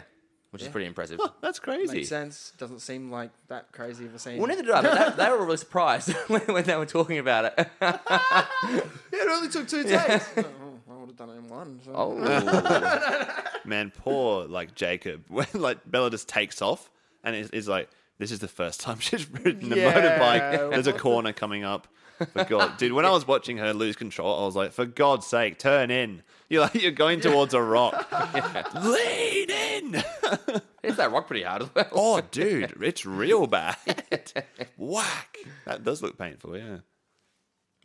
which is pretty impressive. Huh, that's crazy. Makes sense. Doesn't seem like that crazy of a scene. Well, neither did I. But that, they were really surprised <laughs> when, when they were talking about it. <laughs> Yeah, it only took two takes. <laughs> Oh, I would have done it in one. So. Oh, Man, poor like Jacob. <laughs> When like Bella just takes off and is, is like, this is the first time she's ridden a Yeah. motorbike. There's a corner coming up. For God, dude, when I was watching her lose control, I was like, for God's sake, turn in. <laughs> You're like, you're going towards a rock. <laughs> Lean in. <laughs> hits that rock pretty hard as well. Oh, dude, it's real bad. Whack. That does look painful, yeah.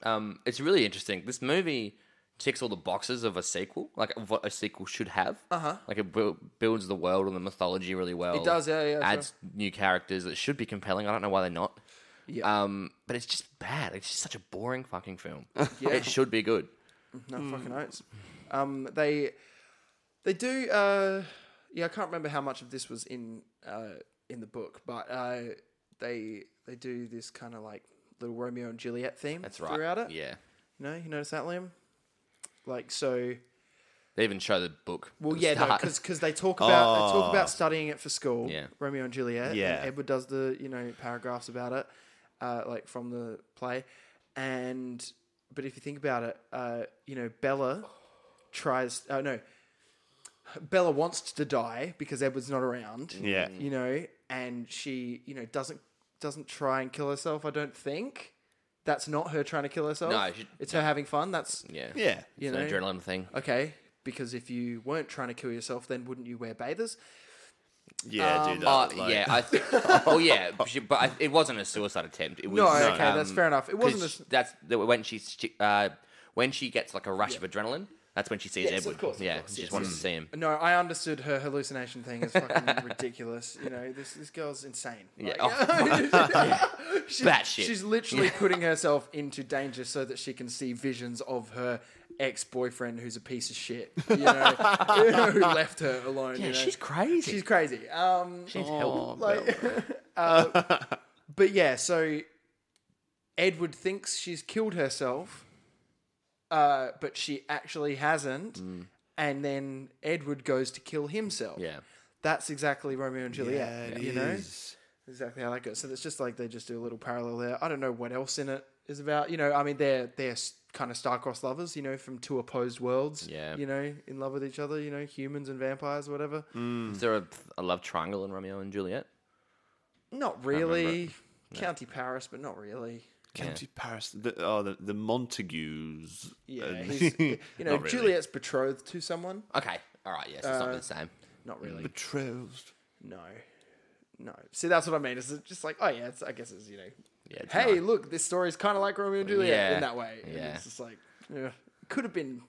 Um, it's really interesting. This movie ticks all the boxes of a sequel, like of what a sequel should have. Uh huh. Like it buil- builds the world and the mythology really well. It does, yeah, yeah, Adds new characters that should be compelling. I don't know why they're not. Yeah. Um, but it's just bad. It's just such a boring fucking <laughs> film. Yeah. It should be good. no fucking oats. Um, they they do. Uh, yeah, I can't remember how much of this was in uh, in the book, but uh, they they do this kind of like little Romeo and Juliet theme That's right. throughout it. Yeah. No, you notice that, Liam? Like so They even show the book. Well, at the yeah, start. Oh. because they talk about they talk about studying it for school. Yeah. Romeo and Juliet. Yeah. And Edward does the you know paragraphs about it, uh, like from the play, and but if you think about it, uh, you know Bella tries. Oh no, Bella wants to die because Edward's not around. Yeah. You know, and she you know doesn't doesn't try and kill herself. I don't think. That's not her trying to kill herself. No, she- it's her having fun. That's <laughs> yeah, Yeah. you it's know an adrenaline thing. Okay, because if you weren't trying to kill yourself, then wouldn't you wear bathers? Yeah, dude. That Uh, was like- <laughs> yeah, I th- well, yeah, but she- but I, it wasn't a suicide attempt. It was No, okay, that's um, fair enough. It 'cause wasn't. A, s- that's the- when she sti- uh, when she gets like a rush of adrenaline. That's when she sees Yes, of Edward. course, of yeah, course, she yes, just wants to see him. no, I understood her hallucination thing is <laughs> fucking ridiculous. You know, this this girl's insane. Yeah, oh, <laughs> she's, batshit. she's <laughs> literally putting herself into danger so that she can see visions of her ex-boyfriend who's a piece of shit. You know, <laughs> who left her alone. you know. crazy. She's crazy. Um, She's help. But yeah, so Edward thinks she's killed herself, uh, but she actually hasn't. Mm. And then Edward goes to kill himself. yeah, That's exactly Romeo and Juliet. Yeah, it you know? is. Exactly how that goes. So it's just like they just do a little parallel there. I don't know what else in it is about. You know, I mean, they're they're kind of star-crossed lovers. You know, from two opposed worlds. Yeah. You know, in love with each other. You know, humans and vampires, whatever. Mm. is there a, a love triangle in Romeo and Juliet? Not really. County Paris, but not really. County Paris. The, oh, the, the Montagues. Uh, Yeah, and- <laughs> <laughs> he's, you know, Not really. Juliet's betrothed to someone. Okay, all right, yes, it's not Uh, the same. Not really. Betrothed. No, no. See, that's what I mean. Is it just like, oh yeah, it's, I guess it's you know, Yeah, it's hey, not. look, this story's kind of like Romeo and Juliet Yeah. in that way. And Yeah. it's just like, yeah, could have been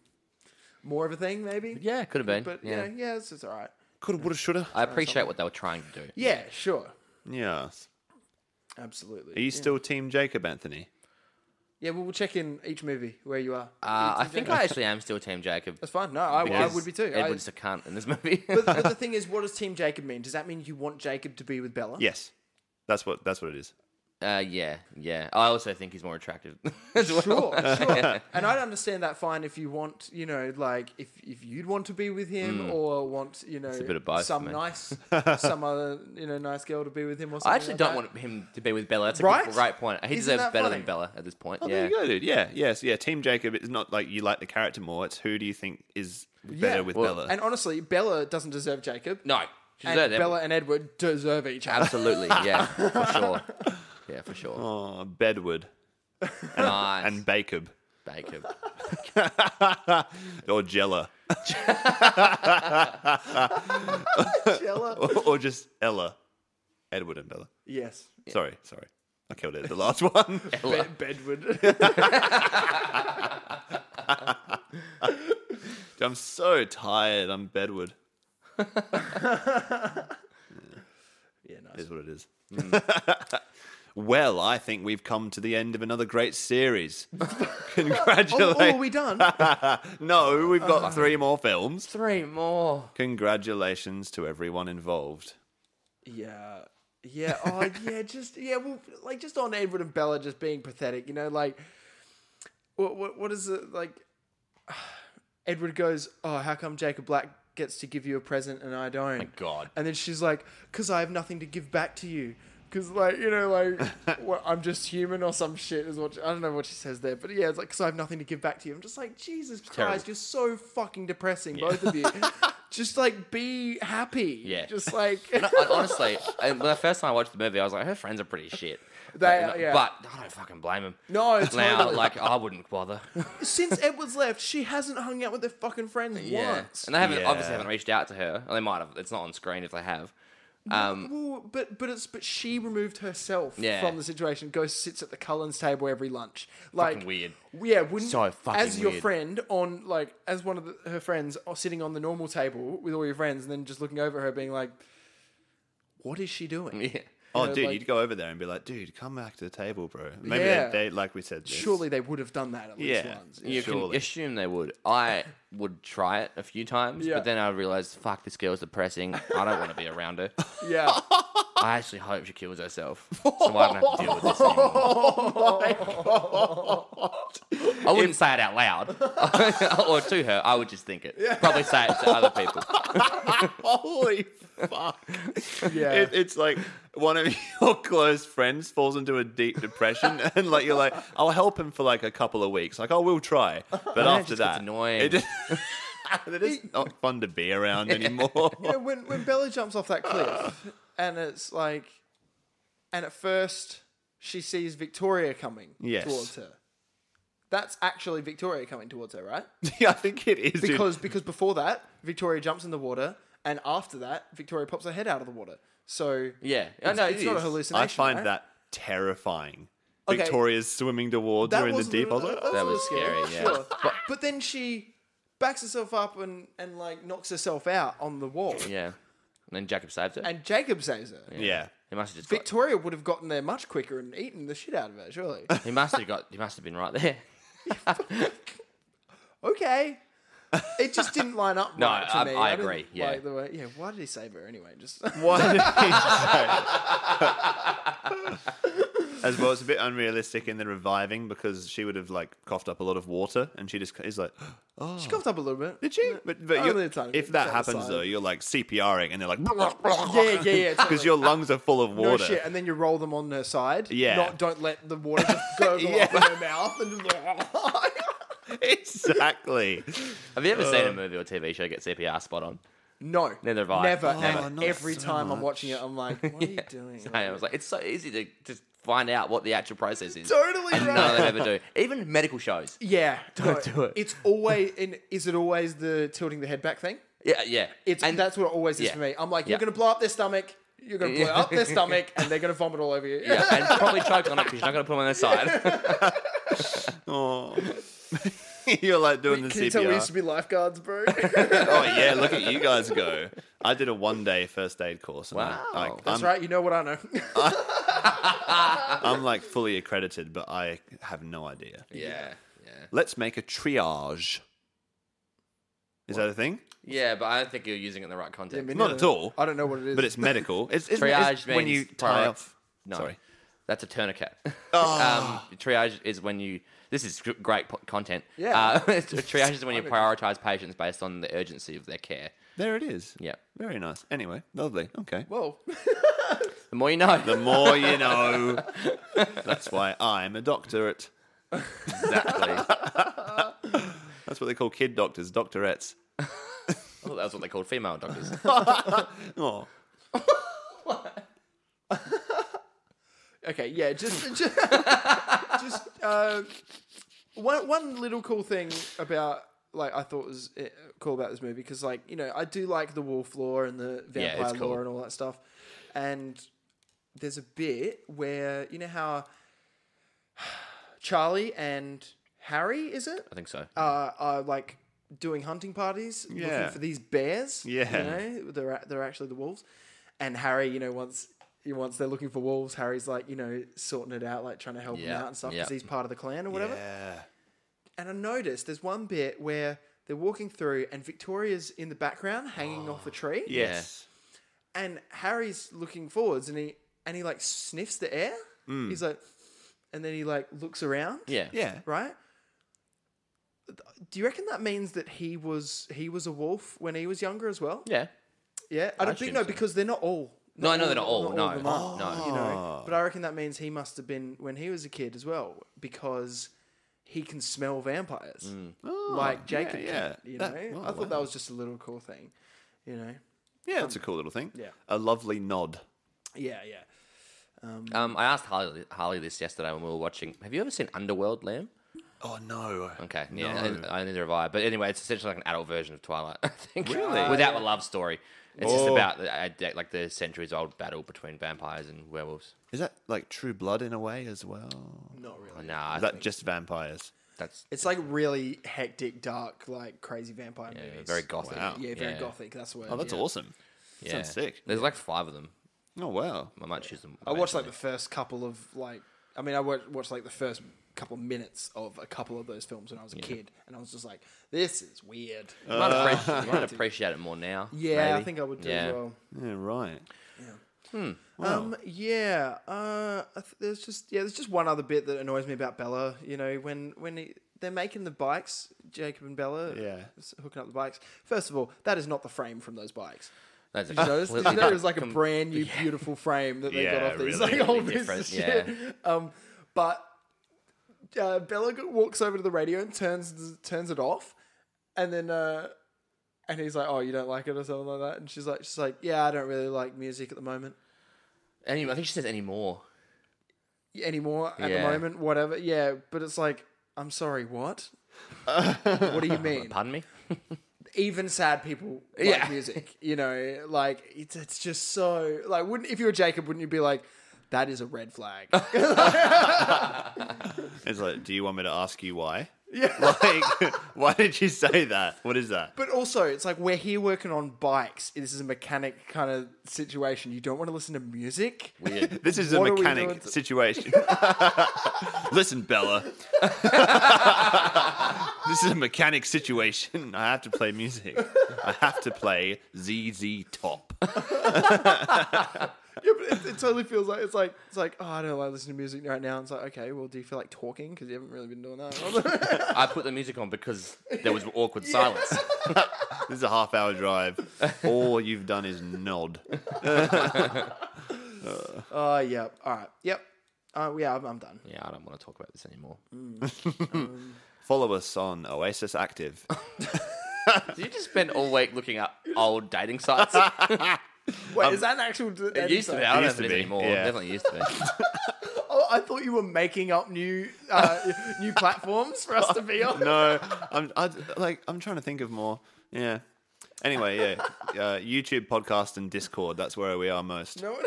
more of a thing maybe. yeah, could have been. but yeah, you know, yeah, it's, it's all right. Coulda, woulda, shoulda. I appreciate what they were trying to do. Yeah, sure, Yes. Are absolutely. you still Team Jacob, Anthony? yeah, well, we'll check in each movie where you are. Uh, I think I actually am still Team Jacob. That's fine. No, I, I because would be too. I- Edward's a cunt in this movie. <laughs> but, but <laughs> the thing is, what does Team Jacob mean? Does that mean you want Jacob to be with Bella? Yes. That's what. That's what it is. Uh, yeah, yeah. I also think he's more attractive. <laughs> as well. Sure, <laughs> sure. And I'd understand that fine if you want, you know, like if if you'd want to be with him or want, you know, Mm. bit of both for some me. <laughs> nice, some other, you know, nice girl to be with him or something. I actually like don't that. want him to be with Bella. That's a Right? right? great point. He Isn't deserves that better funny? than Bella at this point. Oh, yeah. there you go, dude. Yeah, yes, yeah. Team Jacob is not like you like the character more. It's who do you think is better with Well, Bella? And honestly, Bella doesn't deserve Jacob. No, she's and there. then. Bella and Edward deserve each <laughs> other. Absolutely, yeah, <laughs> for sure. Yeah, for sure. oh, Bedwood nice. and Bacob <laughs> Jacob. or Jella <laughs> Bella. or, or just Ella, Edward and Bella. Yes, Sorry, sorry, I killed it. The last <laughs> one. Bed- Bedward. <laughs> <laughs> I'm so tired. I'm Bedwood. yeah, nice. Is what it is. Mm. <laughs> well, I think we've come to the end of another great <laughs> series. Oh, Congratulations. oh, are we <laughs> done? no, we've got three more films. Three more. Congratulations to everyone involved. Yeah. Yeah. <laughs> Oh, yeah. Just, yeah. Well, like, just on Edward and Bella just being pathetic, you know, like, what, what, what is it? Like, <sighs> Edward goes, Oh, how come Jacob Black gets to give you a present and I don't? God. And then she's like, Because I have nothing to give back to you. Because, like, you know, <laughs> like, what, I'm just human or some shit is what she- I don't know what she says there. But yeah, it's like, Because I have nothing to give back to you. I'm just like, Jesus Christ, terrible. you're so fucking depressing, both of you. <laughs> just like, be happy. Yeah. Just like. No, I, honestly, I, when the first time I watched the movie, I was like, her friends are pretty shit. They but, are, yeah. but I don't fucking blame him. No, <laughs> Now, totally. like, I <laughs> wouldn't bother. Since Edward's left, she hasn't hung out with her fucking friends once. And they haven't Yeah. obviously haven't reached out to her. Well, they might have. It's not on screen if they have. <laughs> Um, Well, but but it's but she removed herself Yeah. from the situation. Goes sits at the Cullens table every lunch. Like weird. Yeah, wouldn't So fucking as your weird. friend on like as one of the, her friends or sitting on the normal table with all your friends, and then just looking over at her, being like, "What is she doing?" yeah. Oh, know, dude, like- you'd go over there and be like, dude, come back to the table, bro. Maybe Yeah. they, they, like we said, this. Surely they would have done that at least Yeah. once. You Surely. can assume they would. I would try it a few times, Yeah. <laughs> but then I realized, fuck, this girl's depressing. I don't want to be around her. Yeah, I actually hope she kills herself, so I don't have to deal with this anymore. <laughs> I wouldn't say it out loud <laughs> or to her. I would just think it. Probably say it to other people. <laughs> Holy fuck. Yeah. It, it's like one of <laughs> your close friends falls into a deep depression, <laughs> and like you're like, I'll help him for like a couple of weeks. Like, I will try, but it after just that, gets annoying. It <laughs> just, it is not fun to be around anymore. <laughs> Yeah, when when Bella jumps off that cliff, and it's like, and at first she sees Victoria coming Yes. towards her. That's actually Victoria coming towards her, right? Yeah, I think it is dude. Because because before that, Victoria jumps in the water, and after that, Victoria pops her head out of the water. So Yeah, I it's, know it's it not a is. hallucination. I find right? that terrifying. Okay. Victoria's swimming towards that her in the wasn't- deep. I was like, that That was scary. scary, yeah. Sure. But, then she backs herself up and and like knocks herself out on the wall, Yeah, and then Jacob saved her. and Jacob saves her. oh, <laughs> yeah. he must have just. Got, Victoria would have gotten there much quicker and eaten the shit out of her, surely. <laughs> he must have got. He must have been right there. okay. It just didn't line up <laughs> No, right to I- me. I didn't agree, yeah. like the way, yeah. Why did he save her anyway? Just <laughs> Why did he say? As well, it's a bit unrealistic in the reviving because she would have like coughed up a lot of water, and she just is like, <gasps> she coughed up a little bit. "Did she?" But, but Only you're- a tiny bit, if that just happens outside. though, you're like CPRing, and they're like, <laughs> Yeah, yeah, <laughs> yeah. because your lungs are full of no water. shit, and then you roll them on her side. Yeah. Not, don't let the water <laughs> just go Yeah. off in her mouth and just <laughs> like, exactly. Have you ever Uh. seen a movie or TV show get CPR spot on? <laughs> no, Neither have I. never, Oh, ever. not Every so time I'm watching it, I'm like, <laughs> what are you doing? I was like, it's so easy to just find out what the actual process <laughs> is. <laughs> totally and right. none of them ever do. Even medical shows. Yeah, <laughs> Don't do it. It's always, and is it always the tilting the head back thing? Yeah, yeah. It's and that's what it always is yeah. for me. I'm like, Yeah. you're gonna blow up their stomach, you're gonna blow Yeah. <laughs> up their stomach, and they're gonna vomit all over you. yeah, and probably choke on it because you're not going to put them on their side. Oh. <laughs> you're like doing the <laughs> Can you CPR. tell we used to be lifeguards, bro? <laughs> oh yeah, look at you guys go. I did a one day first aid course. And Wow. I, I, That's I'm, right. You know what I know. <laughs> uh, I'm like fully accredited, but I have no idea. yeah, yeah, Let's make a triage. Is that a thing? yeah. But I don't think you're using it in the right Yeah, context. me Not neither. at all. I don't know what it is. But it's <laughs> medical. It's, it's Triage it's when means you tie prior- off. No, Sorry. that's a tourniquet. <laughs> Oh. Ah. Um, triage is when you. This is gr- great po- content. Yeah. <laughs> Uh, <laughs> triage is when you prioritize patients based on the urgency of their care. There it is. Yeah. Very nice. Anyway, lovely. Okay. well, The more you know. The <laughs> more you know. That's why I'm a doctorate. exactly. <laughs> That's what they call kid doctors, doctorates. I thought that's what they called female <laughs> doctors. Oh. okay, yeah, <laughs> just just, just uh, one one little cool thing about like I thought was uh, cool about this movie because like you know I do like the wolf lore and the Yeah, it's vampire cool. lore and all that stuff, and there's a bit where you know how Charlie and Harry is it I think so. uh, are like doing hunting parties Yeah. looking for these bears. Yeah. you know they're a- they're actually the wolves. And Harry, you know, once you once they're looking for wolves, Harry's like you know sorting it out, like trying to help Yeah, him out and stuff yeah. because he's part of the clan or whatever. Yeah. And I noticed there's one bit where they're walking through and Victoria's in the background <gasps> hanging off a tree, Yes. and Harry's looking forwards and he and he like sniffs the air. Mm. He's like, and then he like looks around yeah. Yeah. right? Do you reckon that means that he was he was a wolf when he was younger as well? Yeah. Yeah, I don't assume think no so. because they're not all. No, I know they're not all. of No, Oh. them are, no. you know. But I reckon that means he must have been when he was a kid as well because he can smell vampires Mm. Oh, like Jacob. yeah, can, yeah. you know. That- oh, I thought wow. that was just a little cool thing, you know. Yeah, that's a cool little thing. yeah. A lovely nod. Yeah, yeah. Um, I asked Harley, Harley this yesterday when we were watching. Have you ever seen Underworld, Liam? Oh no. Okay, yeah, I, I neither have I. But anyway, it's essentially like an adult version of Twilight. <laughs> I think. Really? Without the love story, it's just Oh. about the, uh, de- like the centuries-old battle between vampires and werewolves. Is that like True Blood in a way as well? Not really. Nah, I Is that think just vampires? that's It's like really hectic, dark, like crazy vampire yeah, movies. very gothic. Wow. Yeah, very gothic. That's the word. Oh, that's yeah. awesome. Yeah. Sounds sick. There's like five of them. Oh wow. I might choose them. I watched like the first couple of like I mean I watched, watched like the first couple minutes of a couple of those films when I was a kid and I was just like this is weird. <laughs> might, appreciate, might appreciate it more now. yeah, I Uh, maybe. think I would do Yeah. as well. Yeah, right. Um, yeah. Uh, I th- there's just yeah, there's just one other bit that annoys me about Bella. You know, when when he, they're making the bikes, Jacob and Bella, Yeah. s- hooking up the bikes. First of all, that is not the frame from those bikes. That's Did you <laughs> notice? Did you know it was like a brand new, beautiful frame that they Yeah, got off these really, like old really pieces of different, shit. Um, but uh, Bella go- walks over to the radio and turns turns it off, and then uh, and he's like, "Oh, you don't like it or something like that," and she's like, "She's like, yeah, I don't really like music at the moment." Any, I think she <laughs> says anymore. anymore at Yeah. the moment, whatever. Yeah, but it's like, I'm sorry, <laughs> what? what do you mean? Pardon me. Even sad people like Yeah. music, you know, like it's it's just so like wouldn't if you were Jacob, wouldn't you be like, that is a red <laughs> flag? It's like, do you want me to ask you why? Yeah. Like, <laughs> why did you say that? What is that? but also, it's like we're here working on bikes. This is a mechanic kind of situation. You don't want to listen to music. Weird. This is a What are we doing mechanic to- situation. <laughs> Listen, Bella. <laughs> this is a mechanic situation. I have to play music. I have to play ZZ Top. <laughs> yeah, but it, it totally feels like it's like it's like oh, I don't like listening to music right now. It's like okay, well, do you feel like talking? Because you haven't really been doing <laughs> that. I put the music on because there was <laughs> awkward silence. This is a half hour drive. All you've done is nod. Oh, yeah. All right. Yep. Uh, yeah, I'm, I'm done. Yeah, I don't want to talk about this anymore. Follow us on Oasis Active. Did you just spend all week <laughs> looking up old dating sites? Wait, is that an actual? That Um, It used to be. I It don't know used if to it is be, anymore. yeah. Definitely used to <laughs> be. Oh, I thought you were making up new uh, <laughs> new platforms for us to be on. no, I'm I, like I'm trying to think of more. Yeah. Anyway, yeah, uh, YouTube, podcast, and Discord. That's where we are most. No one-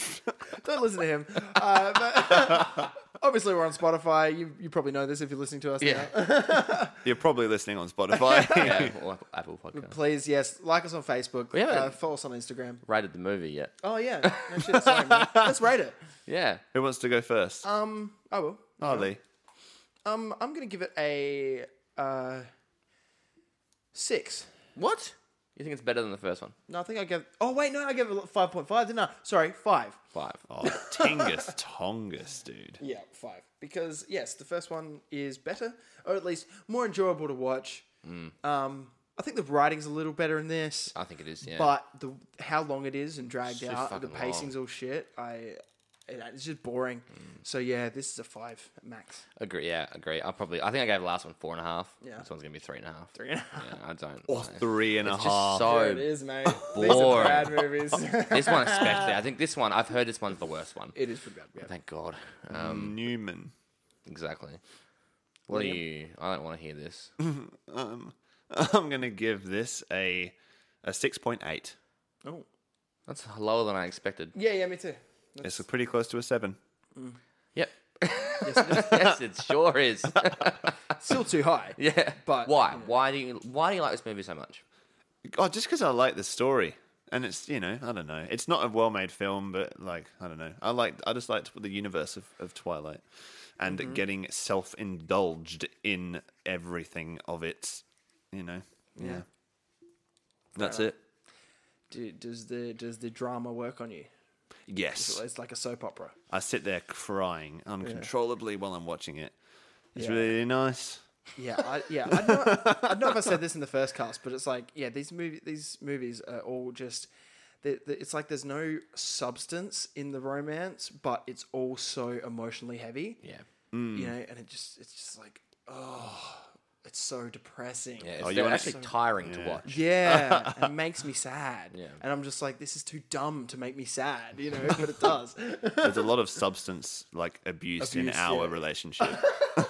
<laughs> Don't listen to him. Uh, but- <laughs> obviously, we're on Spotify. You, you probably know this if you're listening to us. Yeah. Now. You're probably listening on Spotify. yeah. Or Apple- Apple Podcast. Please, yes, like us on Facebook. haven't- uh, follow us on Instagram. Rated the movie yet? Oh yeah, no shit, sorry, man. let's rate it. Yeah. Who wants to go first? Um, I will. Harley. Um, I'm gonna give it a uh, six. What? You think it's better than the first one? No, I think I gave. Oh wait, no, I gave it five point five, didn't I? Sorry, five. Five. Oh, Tingus Tongus, dude. Yeah, five. Because yes, the first one is better, or at least more enjoyable to watch. Mm. Um, I think the writing's a little better in this, I think it is. Uh, Yeah. but the how long it is and dragged just out, the fucking pacing's all shit. I it- it's just boring. Mm. So yeah, this is a five max. agree. Yeah. Agree. I probably. I think I gave the last one four and a half. Yeah. This one's gonna be three and a half. Three and a Yeah. I don't. Or <laughs> Oh, three and a It's just half. There it so. is, mate. These are Oh, boring. bad <laughs> movies. This one especially. <laughs> I think this one. I've heard this one's the worst one. it Mm. is pretty bad. Yeah. Thank God. Um, Newman. <laughs> exactly. What are you? I don't want to hear this. Um, I'm gonna give this a a six point eight. <laughs> Oh. That's lower than I expected. Yeah, yeah, me too. It's pretty close to a seven. Yep. Yes, it is. yes, it sure is. Still too high. yeah. But, why? you know. Why do you? Why do you like this movie so much? Oh, just because I like the story, and it's you know I don't know. It's not a well made film, but like I don't know. I like I just liked the universe of, of Twilight, and getting self indulged in everything of its, you know. Yeah. That's it. Do, does the does the drama work on you? Yes, It's like a soap opera. I sit there crying uncontrollably while I'm watching it. It's Yeah. really nice. Yeah, I, yeah. I know, I know if I said this in the first cast, but it's like, yeah, these movie, these movies are all just. they they- it's like there's no substance in the romance, but it's all so emotionally heavy. Yeah. Mm. You know, and it just, it's just like, oh, it's so depressing. Oh, Yeah. It's you they're wanna actually see- tiring to Yeah. watch. Yeah, and it makes me sad. <laughs> Yeah. And I'm just like, this is too dumb to make me sad, you know, but it <laughs> does. There's a lot of substance like abuse, in Abuse, our yeah. relationship. <laughs>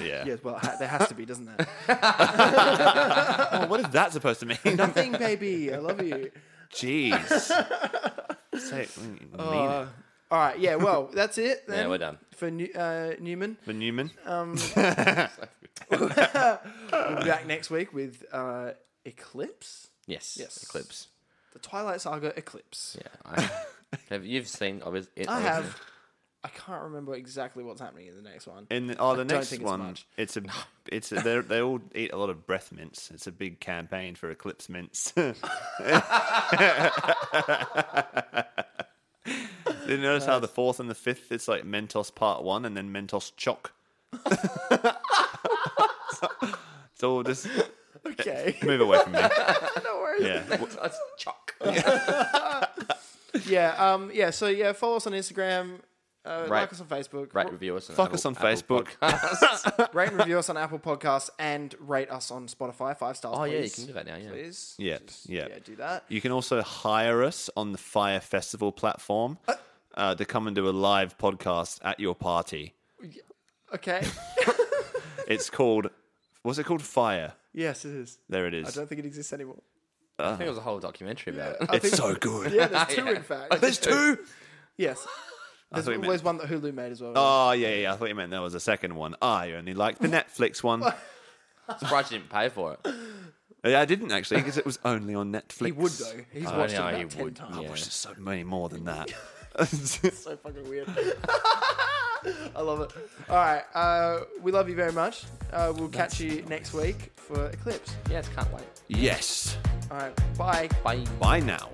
yeah. yeah, well, ha- there has to be, doesn't <laughs> there? Oh, what is that supposed to <laughs> mean? Nothing, baby. I love you. <laughs> Jeez. Say it when you mean Uh, it. all right, yeah, well, that's it then. Yeah, <laughs> we're done. For New- uh, Newman. The Newman. We'll be back next week with uh, Eclipse, Yes. Yes. Eclipse. the Twilight Saga Eclipse. <laughs> Yeah. I, have you've seen? I was. I have. I can't remember exactly what's happening in the next one. In the, oh, the don't next think it's one, much. it's, a, it's a, they they all eat a lot of breath mints. It's a big campaign for eclipse mints. <laughs> Did you notice how the fourth and the fifth? It's like Mentos Part One and then Mentos <laughs> Choc. it's all just Okay. <laughs> move away from me. no worries. Yeah, W- That's chuck. yeah, um, yeah. So yeah, follow us on Instagram. Uh, Right. Like us on Facebook. Right, review us. On Fuck Apple- us on Apple Facebook. Podcasts. rate and review us on Apple Podcasts and rate us on Spotify. Five stars. Oh, please. yeah, you can do that now, yeah. Please. Yep, yep. Yeah. Do that. You can also hire us on the Fire Festival platform uh, to come and do a live podcast at your party. Okay. <laughs> <laughs> It's called, what's it called? Fire. yes, it is. There it is. I don't think it exists anymore. I think it was a whole documentary about <laughs> it. I think, good. Yeah, there's two Yeah. <laughs> in fact. There's two. yes. There's thought you meant- always one that Hulu made as well. Oh yeah, yeah. I thought you meant there was a second one. I only like the Netflix one. Surprised you didn't pay for it. Yeah, I didn't actually because it was only on Netflix. <laughs> he would though. He's I watched know it about he ten would, times. I <laughs> Oh, yeah. watched so many more than that. <laughs> So fucking weird. <laughs> I love it. All right. Uh, we love you very much. Uh, we'll catch you next week for Eclipse. Yes, can't wait. yes. All right. Bye. Bye. Bye now.